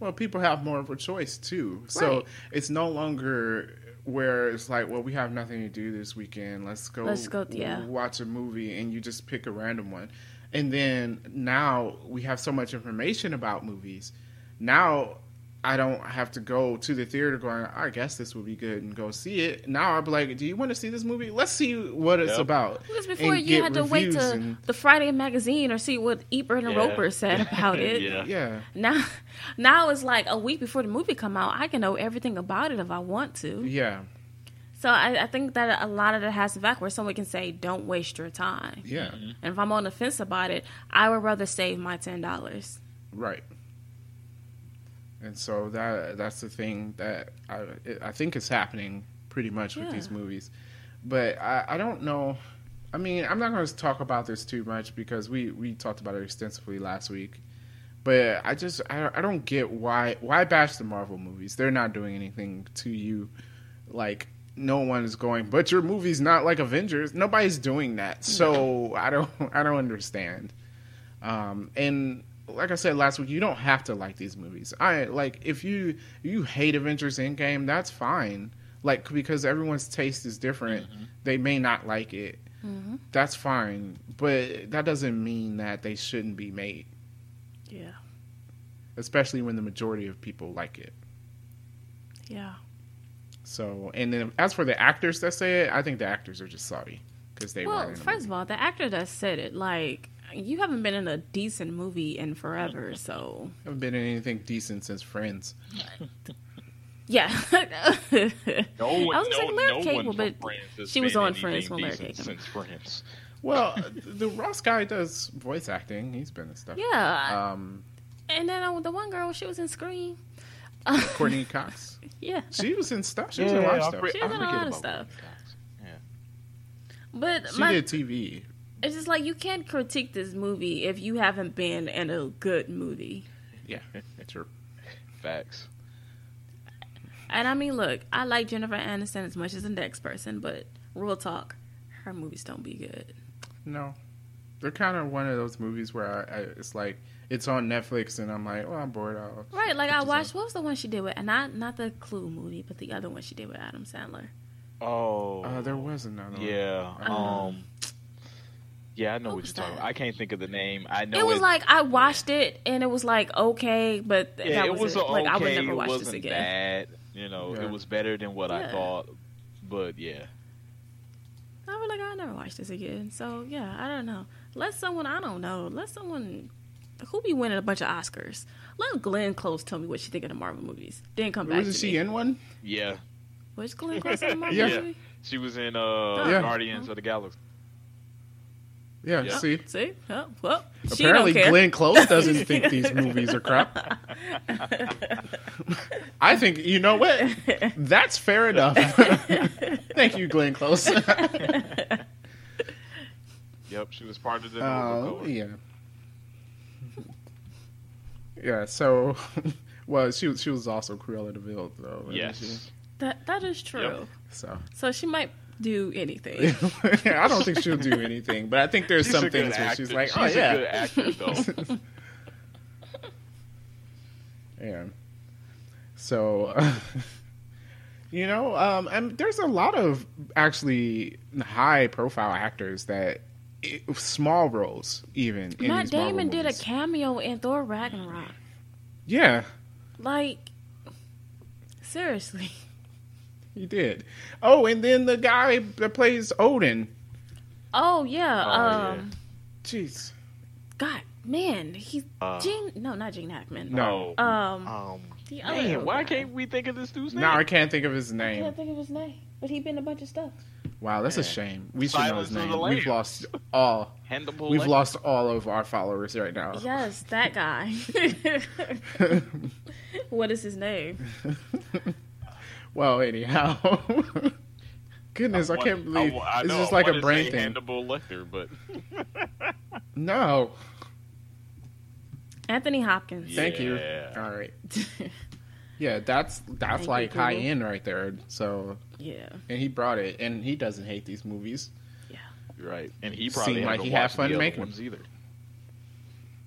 Speaker 1: Well, people have more of a choice too, so
Speaker 2: Right.
Speaker 1: it's no longer where it's like, well, we have nothing to do this weekend. Let's go.
Speaker 2: Let's go- yeah.
Speaker 1: Watch a movie, and you just pick a random one. And then now we have so much information about movies. Now I don't have to go to the theater going, I guess this would be good and go see it. Now I'll be like, do you want to see this movie? Let's see what it's
Speaker 3: Yep.
Speaker 1: about.
Speaker 2: Because before
Speaker 1: and
Speaker 2: you
Speaker 1: get
Speaker 2: had to wait to
Speaker 1: reviews and-
Speaker 2: the Friday magazine or see what Ebert and
Speaker 3: Yeah.
Speaker 2: Roper said about it.
Speaker 3: Yeah.
Speaker 1: Yeah.
Speaker 2: Now, now it's like a week before the movie come out. I can know everything about it if I want to.
Speaker 1: Yeah.
Speaker 2: So I, I think that a lot of that has to back where someone can say, "Don't waste your time."
Speaker 1: Yeah.
Speaker 3: Mm-hmm.
Speaker 2: And if I'm on the fence about it, I would rather save my ten dollars.
Speaker 1: Right. And so that that's the thing that I I think is happening pretty much with
Speaker 2: Yeah.
Speaker 1: these movies, but I, I don't know. I mean, I'm not going to talk about this too much because we we talked about it extensively last week. But I just I, I don't get why why bash the Marvel movies? They're not doing anything to you. Like no one is going, but your movie's not like Avengers. Nobody's doing that. So I don't I don't understand. Um, and like I said last week, you don't have to like these movies. I like if you you hate Avengers Endgame, that's fine. Like because everyone's taste is different, they may not like it.
Speaker 2: Mm-hmm.
Speaker 1: That's fine, but that doesn't mean that they shouldn't be made,
Speaker 2: Yeah,
Speaker 1: especially when the majority of people like it.
Speaker 2: yeah.
Speaker 1: So, and then as for the actors that say it, I think the actors are just salty because they
Speaker 2: well,
Speaker 1: weren't. in the
Speaker 2: first of all, the actor that said it, like, you haven't been in a decent movie in forever, so
Speaker 1: movie. haven't been in anything decent since Friends.
Speaker 2: yeah.
Speaker 3: No
Speaker 2: I
Speaker 3: one,
Speaker 2: was
Speaker 3: no,
Speaker 2: like, Larry
Speaker 3: no
Speaker 2: Cable,
Speaker 3: one from
Speaker 2: but
Speaker 3: Friends has
Speaker 2: she was
Speaker 3: been
Speaker 2: on Friends
Speaker 3: anything
Speaker 2: when Larry
Speaker 3: decent
Speaker 2: Cable.
Speaker 3: Since Friends,
Speaker 1: Well, the Ross guy does voice acting. He's been in stuff.
Speaker 2: yeah.
Speaker 1: Um,
Speaker 2: and then uh, the one girl, she was in Scream.
Speaker 1: Courtney Cox.
Speaker 2: yeah.
Speaker 1: She was in stuff. She was in a lot of stuff.
Speaker 2: She was in a lot of stuff. But
Speaker 1: She
Speaker 2: my,
Speaker 1: did TV.
Speaker 2: it's just like you can't critique this movie if you haven't been in a good movie.
Speaker 1: Yeah, true.
Speaker 3: Facts.
Speaker 2: And I mean, look, I like Jennifer Aniston as much as the next person, but real talk, her movies don't be good.
Speaker 1: No, they're kind of one of those movies where I, I, it's like it's on Netflix and I'm like, well, I'm bored. I'll
Speaker 2: Right? Like I
Speaker 1: Just
Speaker 2: watched what was the one she did with, and not not the Clue movie, but the other one she did with Adam Sandler.
Speaker 3: Oh,
Speaker 1: Uh, there was another. one.
Speaker 3: Yeah.
Speaker 2: Uh-huh.
Speaker 1: Uh,
Speaker 3: Um. Yeah, I know
Speaker 2: what
Speaker 3: what
Speaker 2: was
Speaker 3: you're talking.
Speaker 2: that?
Speaker 3: about. I can't think of the name. I know
Speaker 2: Oh, it was like I watched it and it was like okay, but th-
Speaker 3: yeah,
Speaker 2: that
Speaker 3: it
Speaker 2: was,
Speaker 3: was
Speaker 2: it.
Speaker 3: okay.
Speaker 2: like I would never
Speaker 3: it
Speaker 2: watch
Speaker 3: wasn't
Speaker 2: this again.
Speaker 3: bad. You know,
Speaker 1: Yeah.
Speaker 3: it was better than what I
Speaker 2: Yeah.
Speaker 3: thought. But yeah,
Speaker 2: I was like I never watch this again. So yeah, I don't know. Let someone I don't know. Let someone who be winning a bunch of Oscars. Let Glenn Close tell me what she think of the Marvel movies. Then come back.
Speaker 1: Wasn't
Speaker 2: to
Speaker 1: she
Speaker 2: me.
Speaker 1: in one?
Speaker 3: yeah,
Speaker 2: Was Glenn Close in the Marvel
Speaker 1: Yeah.
Speaker 2: movie?
Speaker 3: she was in uh
Speaker 1: Yeah.
Speaker 3: Guardians of the Galaxy.
Speaker 1: Yeah.
Speaker 3: Yeah.
Speaker 1: See,
Speaker 2: See, oh, well, she
Speaker 1: apparently
Speaker 2: don't care.
Speaker 1: Glenn Close doesn't think these movies are crap. I think you know what? That's fair enough. Thank you, Glenn Close. Uh,
Speaker 3: Yep, she was part of the.
Speaker 1: Oh
Speaker 3: Nova Corps.
Speaker 1: yeah. Yeah. So, well, she was she was also Cruella de Vil, though. wasn't she?
Speaker 3: Yes.
Speaker 2: That that is true.
Speaker 3: Yep.
Speaker 1: So
Speaker 2: So she might do anything.
Speaker 1: I don't think she'll do anything, but I think there's
Speaker 3: She's a
Speaker 1: some
Speaker 3: good
Speaker 1: things where she's like,
Speaker 3: actor.
Speaker 1: oh
Speaker 3: she's
Speaker 1: yeah,
Speaker 3: a good actor though.
Speaker 1: Yeah. So, you know, um, and there's a lot of actually high-profile actors that i small roles even. In
Speaker 2: Matt
Speaker 1: these Marvel
Speaker 2: Damon did a
Speaker 1: movies.
Speaker 2: cameo in Thor Ragnarok.
Speaker 1: yeah,
Speaker 2: Like, seriously.
Speaker 1: he did. Oh, and then the guy that plays Odin.
Speaker 2: Oh yeah.
Speaker 3: Oh,
Speaker 2: um,
Speaker 1: Jeez.
Speaker 2: God, man, he's
Speaker 3: Uh,
Speaker 2: Gene. No, not Gene Hackman.
Speaker 1: No.
Speaker 2: Um,
Speaker 3: Oh, Um.
Speaker 2: the other
Speaker 3: Man, why
Speaker 2: guy.
Speaker 3: can't we think of this dude's name?
Speaker 1: Now I can't think of his
Speaker 2: I
Speaker 1: name.
Speaker 2: can't think of his name, but he been in a bunch of stuff.
Speaker 1: Wow, that's a shame. We should
Speaker 3: Silence of
Speaker 1: know
Speaker 3: the
Speaker 1: his name.
Speaker 3: Lambs.
Speaker 1: We've lost all.
Speaker 3: Hannibal
Speaker 1: We've
Speaker 3: Lecter.
Speaker 1: lost all of our followers right now.
Speaker 2: Yes, that guy. what is his name?
Speaker 1: well, anyhow. Goodness, I,
Speaker 3: want-
Speaker 1: can't believe
Speaker 3: wa- Oh, I
Speaker 1: it's
Speaker 3: know,
Speaker 1: just
Speaker 3: I
Speaker 1: like a
Speaker 3: wanna
Speaker 1: brain
Speaker 3: say
Speaker 1: thing.
Speaker 3: Hannibal Lecter, but
Speaker 1: No,
Speaker 2: Anthony Hopkins.
Speaker 3: Yeah.
Speaker 1: thank you. All right, yeah, that's that's
Speaker 2: Thank you,
Speaker 1: like
Speaker 2: Google.
Speaker 1: high end right there. So,
Speaker 2: yeah.
Speaker 1: and he brought it, and he doesn't hate these movies.
Speaker 3: right, and he
Speaker 1: Seemed
Speaker 3: probably
Speaker 1: like
Speaker 3: hasn't
Speaker 1: he had
Speaker 3: watched
Speaker 1: fun
Speaker 3: the other
Speaker 1: making
Speaker 3: ones either.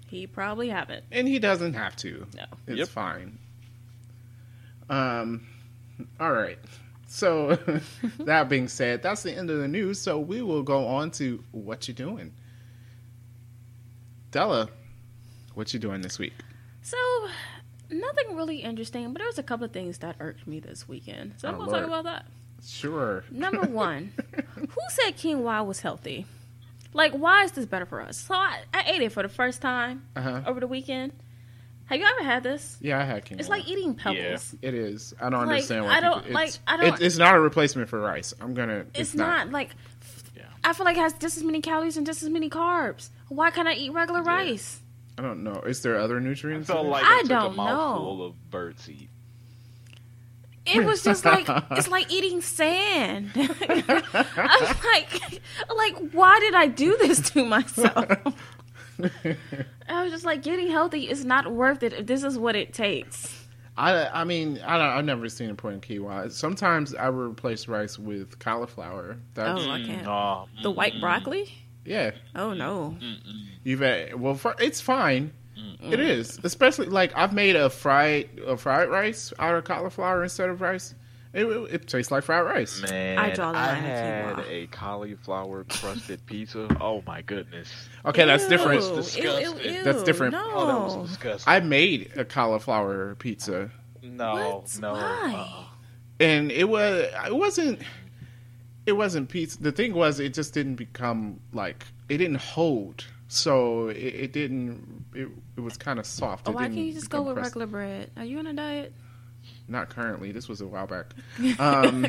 Speaker 2: He probably haven't.
Speaker 1: and he doesn't have to.
Speaker 2: No.
Speaker 1: It's
Speaker 3: Yep.
Speaker 1: fine. Um, all right. So that being said, that's the end of the news. So we will go on to what you doing, Della. What you doing this week?
Speaker 2: So, nothing really interesting, but there was a couple of things that irked me this weekend. So I'm
Speaker 1: Oh,
Speaker 2: gonna
Speaker 1: Lord.
Speaker 2: talk about that.
Speaker 1: Sure.
Speaker 2: Number one, who said quinoa was healthy? Like, why is this better for us? So I, I ate it for the first time
Speaker 1: Uh huh.
Speaker 2: over the weekend. Have you ever had this?
Speaker 1: Yeah, I had quinoa.
Speaker 2: It's like eating pebbles.
Speaker 1: it is. I don't
Speaker 2: Like,
Speaker 1: understand. Why
Speaker 2: I don't-
Speaker 1: people-
Speaker 2: like,
Speaker 1: it's,
Speaker 2: I don't-
Speaker 1: it- it's not a replacement for rice. I'm gonna.
Speaker 2: It's, not, like.
Speaker 3: Yeah.
Speaker 2: I feel like it has just as many calories and just as many carbs. Why can't I eat regular rice?
Speaker 1: I don't know. Is there other
Speaker 3: I
Speaker 1: nutrients?
Speaker 3: felt
Speaker 1: in it?
Speaker 3: like
Speaker 2: I
Speaker 3: I, took a
Speaker 2: don't
Speaker 3: mouthful
Speaker 2: know.
Speaker 3: of birdseed.
Speaker 2: It was just like it's like eating sand. I'm like, like why did I do this to myself? I was just like, getting healthy is not worth it if this is what it takes.
Speaker 1: I, I mean, I don't, I've never seen a point in quinoa. Sometimes I would replace rice with cauliflower. That's,
Speaker 2: Oh, I can't.
Speaker 3: Mm, Nah,
Speaker 2: The white
Speaker 1: Mm-hmm.
Speaker 3: mm-mm,
Speaker 2: broccoli?
Speaker 1: Yeah.
Speaker 2: Oh no.
Speaker 3: mm-mm.
Speaker 1: You've had, well, fr- it's fine.
Speaker 2: Mm.
Speaker 1: It is, especially like I've made a fried a fried rice out of cauliflower instead of rice. It, it, it tastes like fried rice.
Speaker 3: Man,
Speaker 2: I draw the
Speaker 3: I
Speaker 2: line at
Speaker 3: had
Speaker 2: quinoa.
Speaker 3: a cauliflower crusted pizza. Oh my goodness!
Speaker 1: Okay, that's different.
Speaker 2: Ew,
Speaker 3: That's
Speaker 2: ew, ew,
Speaker 3: disgusting.
Speaker 2: ew,
Speaker 1: That's different.
Speaker 2: No.
Speaker 3: Oh, that was disgusting.
Speaker 1: I made a cauliflower pizza,
Speaker 3: no,
Speaker 2: What?
Speaker 3: no. uh-uh.
Speaker 2: Why?
Speaker 1: and it was it wasn't it wasn't pizza. The thing was, it just didn't become like it didn't hold. So it, it didn't. It, it was kind of soft.
Speaker 2: Oh,
Speaker 1: It
Speaker 2: why
Speaker 1: didn't
Speaker 2: can't you just go
Speaker 1: become
Speaker 2: with
Speaker 1: crusty.
Speaker 2: regular bread? Are you on a diet?
Speaker 1: not currently. This was a while back. Um,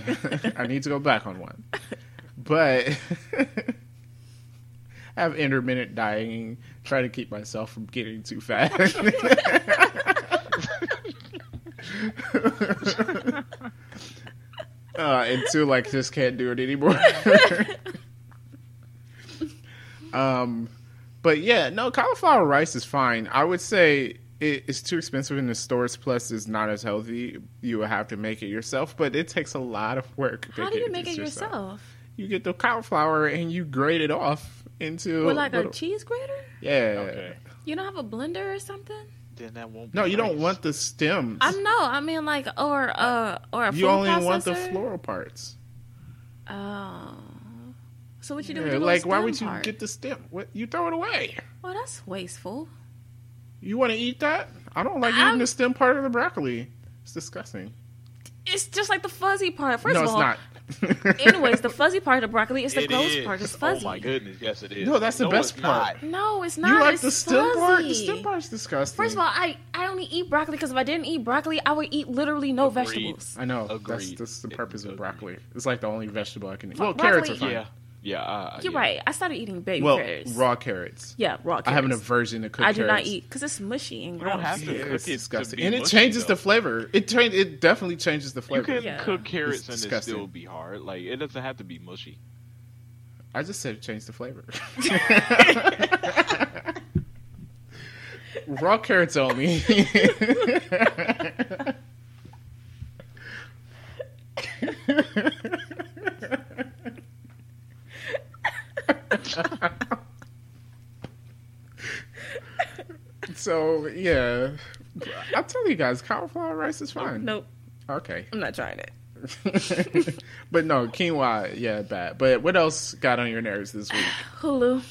Speaker 1: I need to go back on one, but I have intermittent dieting, trying to keep myself from getting too fat. uh, until like just can't do it anymore. um, but yeah, no cauliflower rice is fine. I would say it, it's too expensive in the stores. Plus, it's not as healthy. You would have to make it yourself, but it takes a lot of work.
Speaker 2: How do you make it yourself?
Speaker 1: You get the cauliflower and you grate it off into
Speaker 2: With like a
Speaker 1: little-
Speaker 2: cheese grater?
Speaker 1: yeah.
Speaker 3: Okay.
Speaker 2: You don't have a blender or something?
Speaker 3: Then that won't.
Speaker 1: No,
Speaker 3: be
Speaker 1: you don't
Speaker 3: rice.
Speaker 1: want the stems.
Speaker 2: I know. I mean, like, or uh, or a
Speaker 1: you
Speaker 2: food
Speaker 1: only want the
Speaker 2: processor?
Speaker 1: floral parts.
Speaker 2: Oh, so what you do?
Speaker 1: Yeah,
Speaker 2: with the little
Speaker 1: like, why
Speaker 2: stem
Speaker 1: would you
Speaker 2: part?
Speaker 1: get the stem? What you throw it away?
Speaker 2: Well, that's wasteful.
Speaker 1: You want to eat that? I don't like
Speaker 2: I'm-
Speaker 1: eating the stem part of the broccoli. It's disgusting.
Speaker 2: It's just like the fuzzy part. First
Speaker 1: no,
Speaker 2: of
Speaker 1: it's
Speaker 2: all,
Speaker 1: not.
Speaker 2: anyways, the fuzzy part of the broccoli is the
Speaker 3: It
Speaker 2: gross
Speaker 3: is.
Speaker 2: part. It's fuzzy.
Speaker 3: Oh my goodness, yes it is.
Speaker 1: No, that's the best
Speaker 3: it's
Speaker 1: part.
Speaker 3: not.
Speaker 2: No, it's not.
Speaker 1: you like
Speaker 2: it's
Speaker 1: the stem part? The
Speaker 2: fuzzy.
Speaker 1: stem part's disgusting.
Speaker 2: First of all, I, I only eat broccoli because if I didn't eat broccoli, I would eat literally no
Speaker 3: Agreed.
Speaker 2: vegetables.
Speaker 1: I know that's
Speaker 3: Agreed.
Speaker 1: that's the
Speaker 3: It-
Speaker 1: purpose of
Speaker 3: agreed.
Speaker 1: broccoli. It's like the only vegetable I can eat. Well,
Speaker 2: broccoli-
Speaker 1: carrots are fine.
Speaker 3: Yeah, yeah. Uh,
Speaker 2: You're
Speaker 3: yeah.
Speaker 2: right. I started eating baby
Speaker 1: Well,
Speaker 2: carrots.
Speaker 1: raw carrots.
Speaker 2: Yeah, raw carrots.
Speaker 1: I have an aversion to cooked
Speaker 2: I do not
Speaker 1: carrots.
Speaker 2: eat because it's mushy and
Speaker 3: You
Speaker 2: gross.
Speaker 3: don't have
Speaker 1: Yeah,
Speaker 3: to cook
Speaker 1: it's
Speaker 3: it to
Speaker 1: disgusting,
Speaker 3: be
Speaker 1: and it
Speaker 3: mushy,
Speaker 1: changes
Speaker 3: though.
Speaker 1: the flavor. It tra- it definitely changes the
Speaker 3: You
Speaker 1: flavor.
Speaker 3: can
Speaker 2: Yeah.
Speaker 3: cook carrots and it
Speaker 1: disgusting.
Speaker 3: still be hard. Like it doesn't have to be mushy.
Speaker 1: I just said change the flavor. Raw carrots only. so yeah, I'll tell you guys, cauliflower rice is fine.
Speaker 2: Nope,
Speaker 1: Okay.
Speaker 2: I'm not trying it.
Speaker 1: but no, quinoa, yeah, bad. But what else got on your nerves this week?
Speaker 2: Hulu.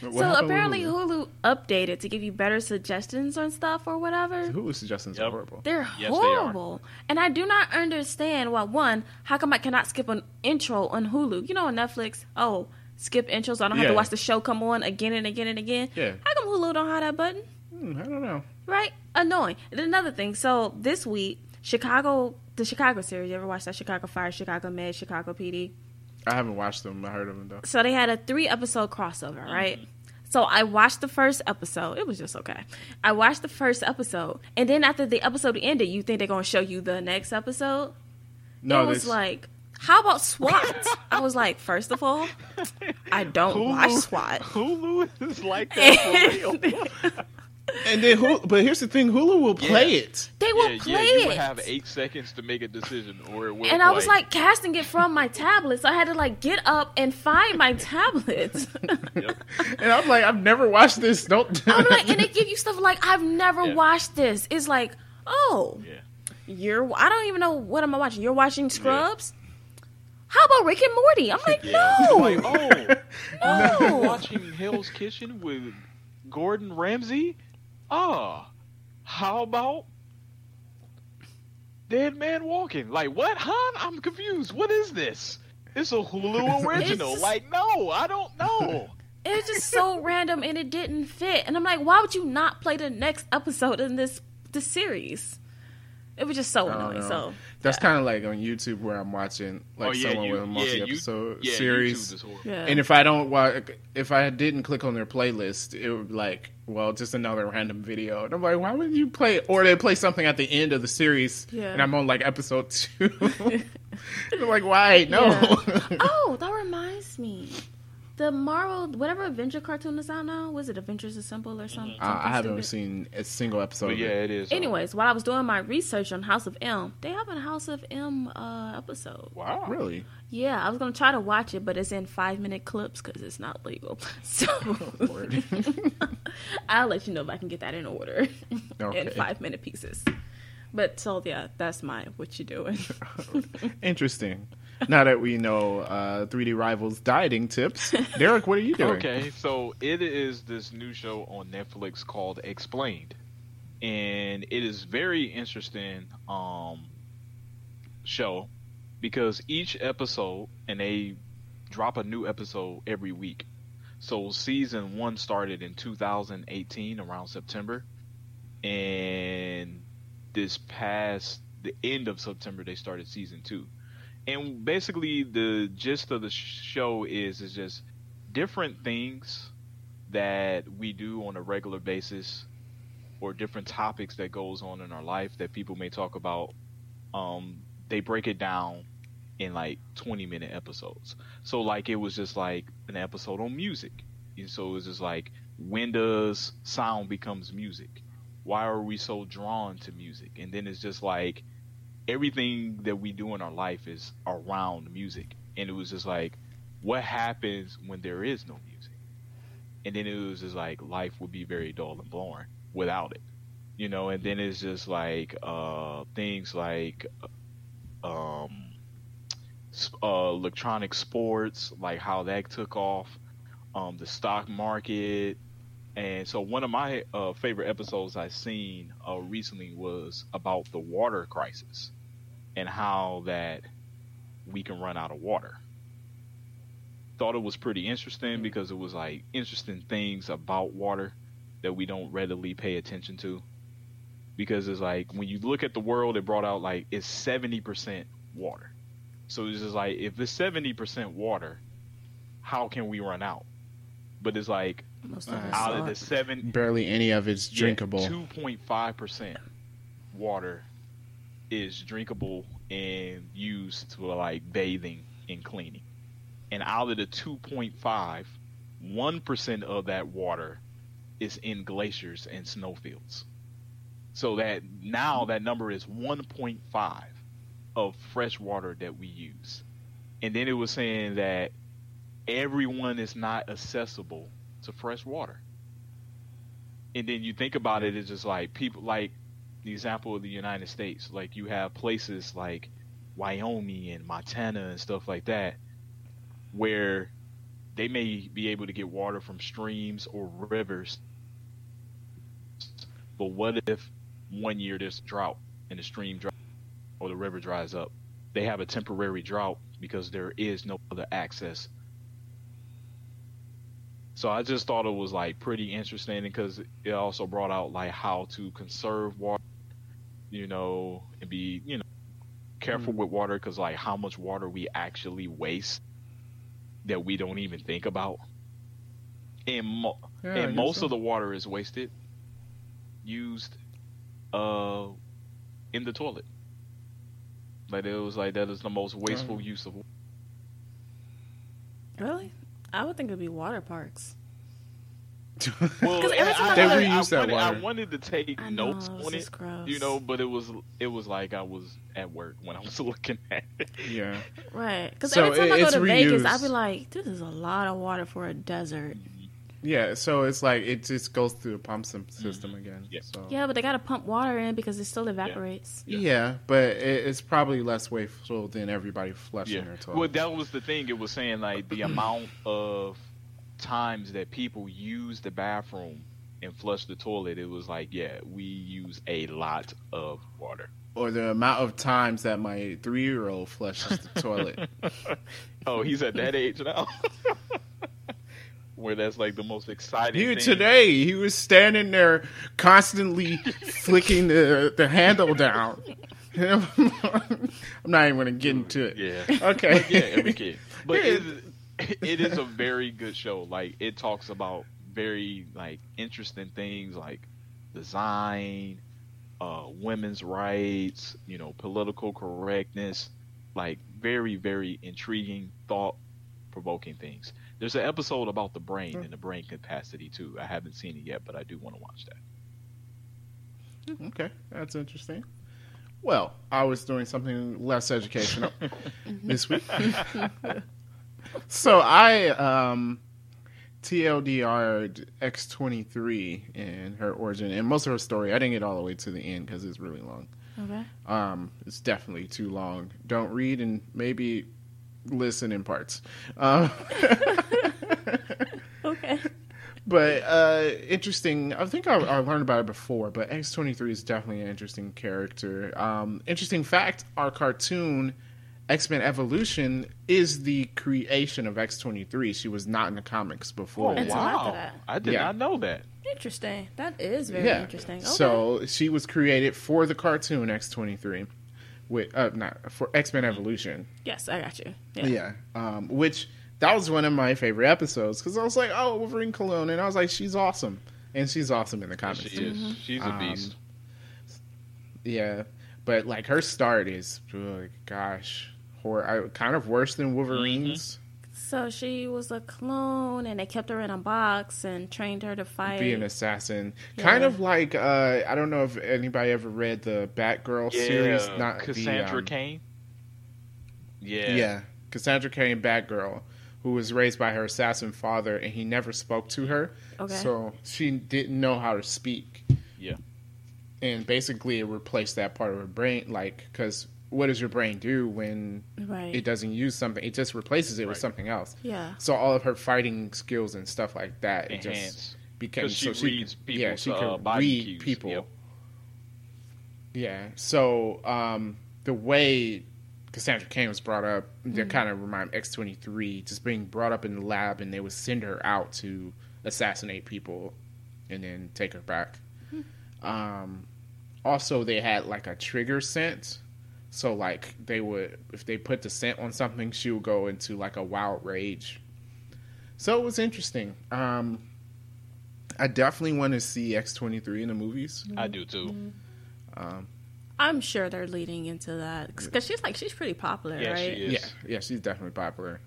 Speaker 1: What happened
Speaker 2: so
Speaker 1: with
Speaker 2: apparently
Speaker 1: Hulu?
Speaker 2: Hulu updated to give you better suggestions on stuff or whatever.
Speaker 1: Hulu suggestions are
Speaker 3: Yep.
Speaker 1: horrible.
Speaker 2: They're
Speaker 3: Yes, they are.
Speaker 2: horrible. And I do not understand why one, how come I cannot skip an intro on Hulu? You know on Netflix, oh, skip intros, I don't have
Speaker 1: Yeah.
Speaker 2: to watch the show come on again and again and again.
Speaker 1: Yeah.
Speaker 2: How come Hulu don't have that button?
Speaker 1: Hmm, I don't know.
Speaker 2: Right? Annoying. And another thing, so this week, Chicago the Chicago series, you ever watch that Chicago Fire, Chicago Med, Chicago PD?
Speaker 1: I haven't watched them. I heard of them though.
Speaker 2: so they had a three episode
Speaker 3: Mm-hmm.
Speaker 2: crossover, right? So I watched the first episode. It was just okay. I watched the first episode, and then after the episode ended, you think they're gonna show you the next episode?
Speaker 1: No,
Speaker 2: it was
Speaker 1: this-
Speaker 2: like, how about SWAT? I was like, first of all, I don't watch SWAT.
Speaker 3: Hulu is like that for real.
Speaker 2: And
Speaker 1: and then Hulu, but here's the thing: Hulu will play
Speaker 3: Yeah.
Speaker 1: it.
Speaker 2: they will
Speaker 3: yeah,
Speaker 2: play
Speaker 3: yeah, you
Speaker 2: it.
Speaker 3: would have eight seconds to make a decision, or it will.
Speaker 2: and I was
Speaker 3: play.
Speaker 2: like casting it from my tablet, so I had to like get up and find my tablet.
Speaker 3: Yep.
Speaker 1: And I'm like, I've never watched this. Don't.
Speaker 2: I'm like, and they give you stuff like I've never
Speaker 3: Yeah.
Speaker 2: watched this. It's like, oh,
Speaker 3: Yeah.
Speaker 2: you're. I don't even know what am I watching. You're watching Scrubs. How about Rick and Morty? I'm like,
Speaker 3: Yeah.
Speaker 2: no,
Speaker 3: Like, oh,
Speaker 2: no.
Speaker 3: watching Hell's Kitchen with Gordon Ramsay. Ah, how about Dead Man Walking? Like what, huh? I'm confused. What is this? It's a Hulu original.
Speaker 2: It's-
Speaker 3: Like no, I don't know.
Speaker 2: it was just so random and it didn't fit. And I'm like, why would you not play the next episode in this this series? It was just so
Speaker 1: I don't
Speaker 2: annoying.
Speaker 1: know.
Speaker 2: So
Speaker 1: That's kind of like on YouTube where I'm watching
Speaker 3: Oh,
Speaker 1: like someone with a Oh, multi-episode
Speaker 3: yeah,
Speaker 1: series.
Speaker 3: YouTube is horrible.
Speaker 2: yeah,
Speaker 1: and if I don't watch, if I didn't click on their playlist, it would be like, well, just another random video. And I'm like, why would you play? Or they play something at the end of the series,
Speaker 2: Yeah.
Speaker 1: and I'm on like episode two. and I'm like, why? No.
Speaker 2: Yeah. oh, that reminds me. The Marvel, whatever Adventure cartoon is out now, was it Adventures Assemble or something?
Speaker 1: I, I
Speaker 2: something
Speaker 1: haven't
Speaker 2: stupid?
Speaker 1: seen a single episode.
Speaker 3: But
Speaker 1: of it.
Speaker 3: yeah, it is. uh,
Speaker 2: Anyways, while I was doing my research on House of M, they have a House of M uh, episode.
Speaker 3: wow,
Speaker 1: Really?
Speaker 2: Yeah, I was gonna try to watch it, but it's in five minute clips because it's not legal. So
Speaker 1: Oh, Lord.
Speaker 2: I'll let you know if I can get that in order in
Speaker 1: Okay.
Speaker 2: five minute pieces. But so yeah, that's my what you doing.
Speaker 1: Interesting. Now that we know uh, 3D Rivals dieting tips, Derek, what are you doing?
Speaker 3: Okay, so it is this new show on Netflix called Explained, and it is very interesting um show because each episode and they drop a new episode every week. So season one started in 2018 around September, and this past the end of September they started season two. And basically, the gist of the sh- show is is just different things that we do on a regular basis or different topics that goes on in our life that people may talk about um they break it down in like 20 minute episodes so like it was just like an episode on music and so it was just like when does sound becomes music why are we so drawn to music? And then it's just like everything that we do in our life is around music. And it was just like, what happens when there is no music? And then it was just like life would be very dull and boring without it, you know. And then it's just like uh, things like um, sp- uh, electronic sports, like how that took off, um, the stock market, and so one of my uh, favorite episodes I've seen uh, recently was about the water crisis and how that we can run out of water. Thought it was pretty interesting because it was like interesting things about water that we don't readily pay attention to. Because it's like when you look at the world, it brought out like it's 70% water. So it's just like if it's 70% water, how can we run out? But it's like
Speaker 2: Most of us
Speaker 3: out
Speaker 2: are.
Speaker 3: of the seven
Speaker 1: Barely any of it's drinkable.
Speaker 3: Two point five percent water is drinkable and used to like bathing and cleaning. And out of the 2.5, 1% of that water is in glaciers and snowfields. So that now that number is 1.5 of fresh water that we use. And then it was saying that everyone is not accessible to fresh water. And then you think about it, it's just like people, like the example of the United States, like you have places like Wyoming and Montana and stuff like that, where they may be able to get water from streams or rivers. But what if one year there's drought and the stream dries or the river dries up? They have a temporary drought because there is no other access so I just thought it was like pretty interesting because it also brought out like how to conserve water, you know, and be you know careful
Speaker 1: Mm.
Speaker 3: with water because like how much water we actually waste that we don't even think about, and mo-
Speaker 1: Yeah, I
Speaker 3: and
Speaker 1: guess
Speaker 3: most
Speaker 1: so.
Speaker 3: of the water is wasted, used, uh, in the toilet. Like it was like that is the most wasteful use of.
Speaker 2: Really? I would think it'd be water parks.
Speaker 3: Well,
Speaker 2: 'Cause every time I
Speaker 3: I,
Speaker 2: look-
Speaker 1: They reuse
Speaker 3: I
Speaker 1: that
Speaker 3: wanted, I
Speaker 1: water.
Speaker 3: wanted to take
Speaker 2: I know,
Speaker 3: notes
Speaker 2: Oh, this
Speaker 3: on
Speaker 2: is
Speaker 3: it,
Speaker 2: gross.
Speaker 3: you know, but it was it was like I was at work when I was looking at it.
Speaker 1: yeah.
Speaker 2: Right. Because
Speaker 1: So
Speaker 2: every time I
Speaker 1: it-
Speaker 2: go
Speaker 1: it's
Speaker 2: to Vegas,
Speaker 1: reused.
Speaker 2: I'd be like, this is a lot of water for a desert.
Speaker 1: Yeah, so it's like it just goes through a pump sym- system again.
Speaker 3: Mm-hmm. Yeah.
Speaker 1: So.
Speaker 2: Yeah, but they got to pump water in because it still evaporates.
Speaker 1: Yeah, but it, it's probably less wasteful than everybody flushing
Speaker 3: Yeah.
Speaker 1: their toilet.
Speaker 3: Well, that was the thing. It was saying like the amount of times that people use the bathroom and flush the toilet. It was like, yeah, we use a lot of water.
Speaker 1: or the amount of times that my three-year-old flushes the toilet.
Speaker 3: Oh, he's at that age now. Where that's like the most exciting.
Speaker 1: Here
Speaker 3: thing.
Speaker 1: today, he was standing there constantly flicking the, the handle down. I'm not even going to get into it.
Speaker 3: Yeah.
Speaker 1: Okay.
Speaker 3: yeah, every kid. But
Speaker 1: Yeah.
Speaker 3: it, it is a very good show. Like it talks about very like interesting things like design, uh, women's rights, you know, political correctness, like very very intriguing, thought provoking things. There's an episode about the brain
Speaker 2: Hmm.
Speaker 3: and the brain capacity too. I haven't seen it yet, but I do want to watch that.
Speaker 1: Okay, that's interesting. Well, I was doing something less educational this week. so I um, TLDR'd X23 and her origin and most of her story. I didn't get all the way to the end because it's really long.
Speaker 2: Okay.
Speaker 1: Um, it's definitely too long. Don't read and maybe listen in parts. Um,
Speaker 2: Okay.
Speaker 1: but uh, interesting. I think I, I learned about it before, but X twenty three is definitely an interesting character. Um, interesting fact: our cartoon X Men Evolution is the creation of X twenty three. She was not in the comics before.
Speaker 2: It's a
Speaker 1: that.
Speaker 2: lot to that.
Speaker 3: I did
Speaker 1: Yeah.
Speaker 3: not know that.
Speaker 2: Interesting. That is very interesting. Okay.
Speaker 1: So she was created for the cartoon X twenty three, with uh, not for X Men Evolution.
Speaker 2: yes, I got you. Yeah.
Speaker 1: Oh, Yeah. Um, which that was one of my favorite episodes because I was like, oh, Wolverine Cologne, and I was like, she's awesome, and she's awesome in the comics.
Speaker 3: She is. She's a
Speaker 1: Um,
Speaker 3: beast.
Speaker 1: Yeah, but like her start is, oh, gosh, hor- I, kind of worse than Wolverine's
Speaker 2: So she was a clone, and they kept her in a box and trained her to fight.
Speaker 1: Be an assassin, kind
Speaker 2: Mm-hmm. Yeah.
Speaker 1: of like uh, I don't know if anybody ever read the Batgirl series. Not
Speaker 3: Cassandra
Speaker 1: the, um,
Speaker 3: Cain.
Speaker 1: Yeah.
Speaker 3: Yeah.
Speaker 1: Cassandra Cain, Batgirl, who was raised by her assassin father, and he never spoke to her.
Speaker 2: Okay.
Speaker 1: So she didn't know how to speak.
Speaker 3: Yeah.
Speaker 1: And basically, it replaced that part of her brain. Like, because what does your brain do when
Speaker 2: right.
Speaker 1: it doesn't use something? It just replaces it with
Speaker 3: Right.
Speaker 1: something else.
Speaker 2: yeah.
Speaker 1: So all of her fighting skills and stuff like that it just
Speaker 3: Enhance.
Speaker 1: became.
Speaker 3: Because she
Speaker 1: so
Speaker 3: reads
Speaker 1: could-
Speaker 3: people's
Speaker 1: Yeah, she
Speaker 3: uh,
Speaker 1: could
Speaker 3: body
Speaker 1: read
Speaker 3: cues.
Speaker 1: people.
Speaker 3: Yep.
Speaker 1: Yeah. So um, the way Cassandra Cain was brought up, that kind of remind X twenty three just being brought up in the lab, and they would send her out to assassinate people, and then take her back. Um, also, they had like a trigger scent. So like they would if they put the scent on something, she would go into like a wild rage. So it was interesting. Um, I definitely want to see X twenty three in the movies.
Speaker 3: I do too.
Speaker 2: I'm sure they're leading into that because she's like she's pretty popular,
Speaker 3: Yeah,
Speaker 2: right?
Speaker 3: she is.
Speaker 1: Yeah, yeah, she's definitely popular.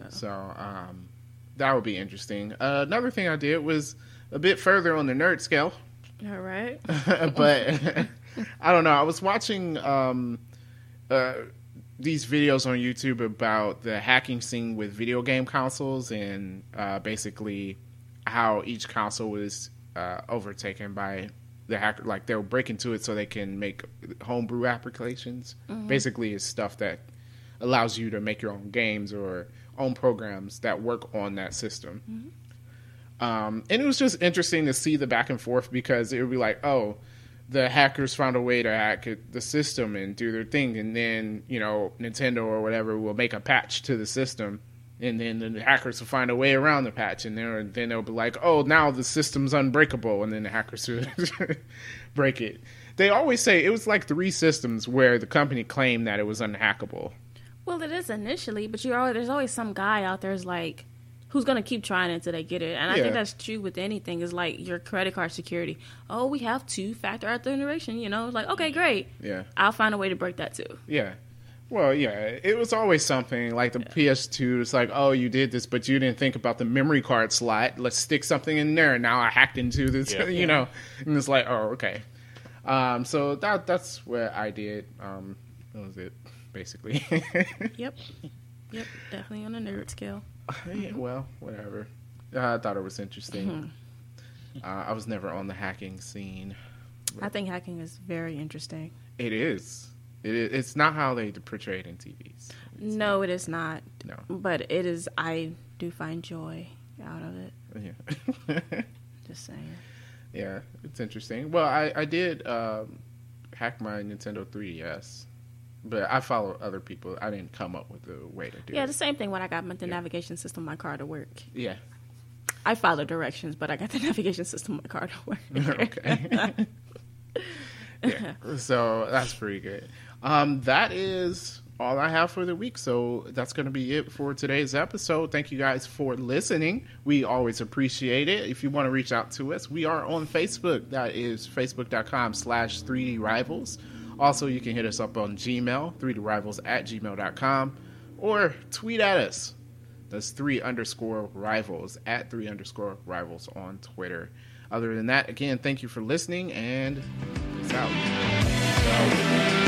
Speaker 2: Oh.
Speaker 1: So um, that would be interesting. Uh, another thing I did was a bit further on the nerd scale,
Speaker 2: All right.
Speaker 1: but I don't know. I was watching um, uh, these videos on YouTube about the hacking scene with video game consoles and uh, basically how each console was uh, overtaken by the hacker. Like they'll break into it so they can make homebrew applications. Basically, it's stuff that allows you to make your own games or own programs that work on that system. Um, and it was just interesting to see the back and forth because it would be like, oh, the hackers found a way to hack it- the system and do their thing, and then you know Nintendo or whatever will make a patch to the system, and then the hackers will find a way around the patch, and then then they'll be like, oh, now the system's unbreakable, and then the hackers will break it. They always say it was like three systems where the company claimed that it was unhackable.
Speaker 2: Well, it is initially, but you always there's always some guy out there's like who's gonna keep trying until they get it, and I
Speaker 1: Yeah.
Speaker 2: think that's true with anything. Is like your credit card security. Oh, we have two factor authentication. You know, It's like okay, great.
Speaker 1: Yeah.
Speaker 2: I'll find a way to break that too.
Speaker 1: Yeah. Well, yeah, it was always something like the PS2. It's like, oh, you did this, but you didn't think about the memory card slot. Let's stick something in there. And now I hacked into this,
Speaker 3: Yeah.
Speaker 1: you know. And it's like, oh, okay. Um, so that that's what I did. Um, that was it, basically.
Speaker 2: Yep. Yep, definitely on a nerd scale.
Speaker 1: Yeah, well, whatever. Uh, I thought it was interesting. uh, I was never on the hacking scene.
Speaker 2: I think hacking is very interesting.
Speaker 1: It is. It is. It's not how they portray it in TVs.
Speaker 2: No, it is not,
Speaker 1: No.
Speaker 2: but it is. I do find joy out of it.
Speaker 1: Yeah.
Speaker 2: Just saying.
Speaker 1: Yeah, it's interesting. Well, I I did um, hack my Nintendo 3DS, but I follow other people. I didn't come up with a way to do
Speaker 2: Yeah, the
Speaker 1: it.
Speaker 2: same thing when I got my, the
Speaker 1: Yeah.
Speaker 2: navigation system on my car to work.
Speaker 1: Yeah.
Speaker 2: I follow directions, but I got the navigation system on my car to work.
Speaker 1: okay. yeah. So that's pretty good. Um, that is all I have for the week. So that's going to be it for today's episode. Thank you guys for listening. We always appreciate it. If you want to reach out to us, we are on Facebook. That is facebook.com slash 3D Rivals. Also, you can hit us up on Gmail, 3drivals at gmail.com, or tweet at us. That's three underscore rivals at three underscore rivals on Twitter. Other than that, again, thank you for listening and peace out.
Speaker 3: So-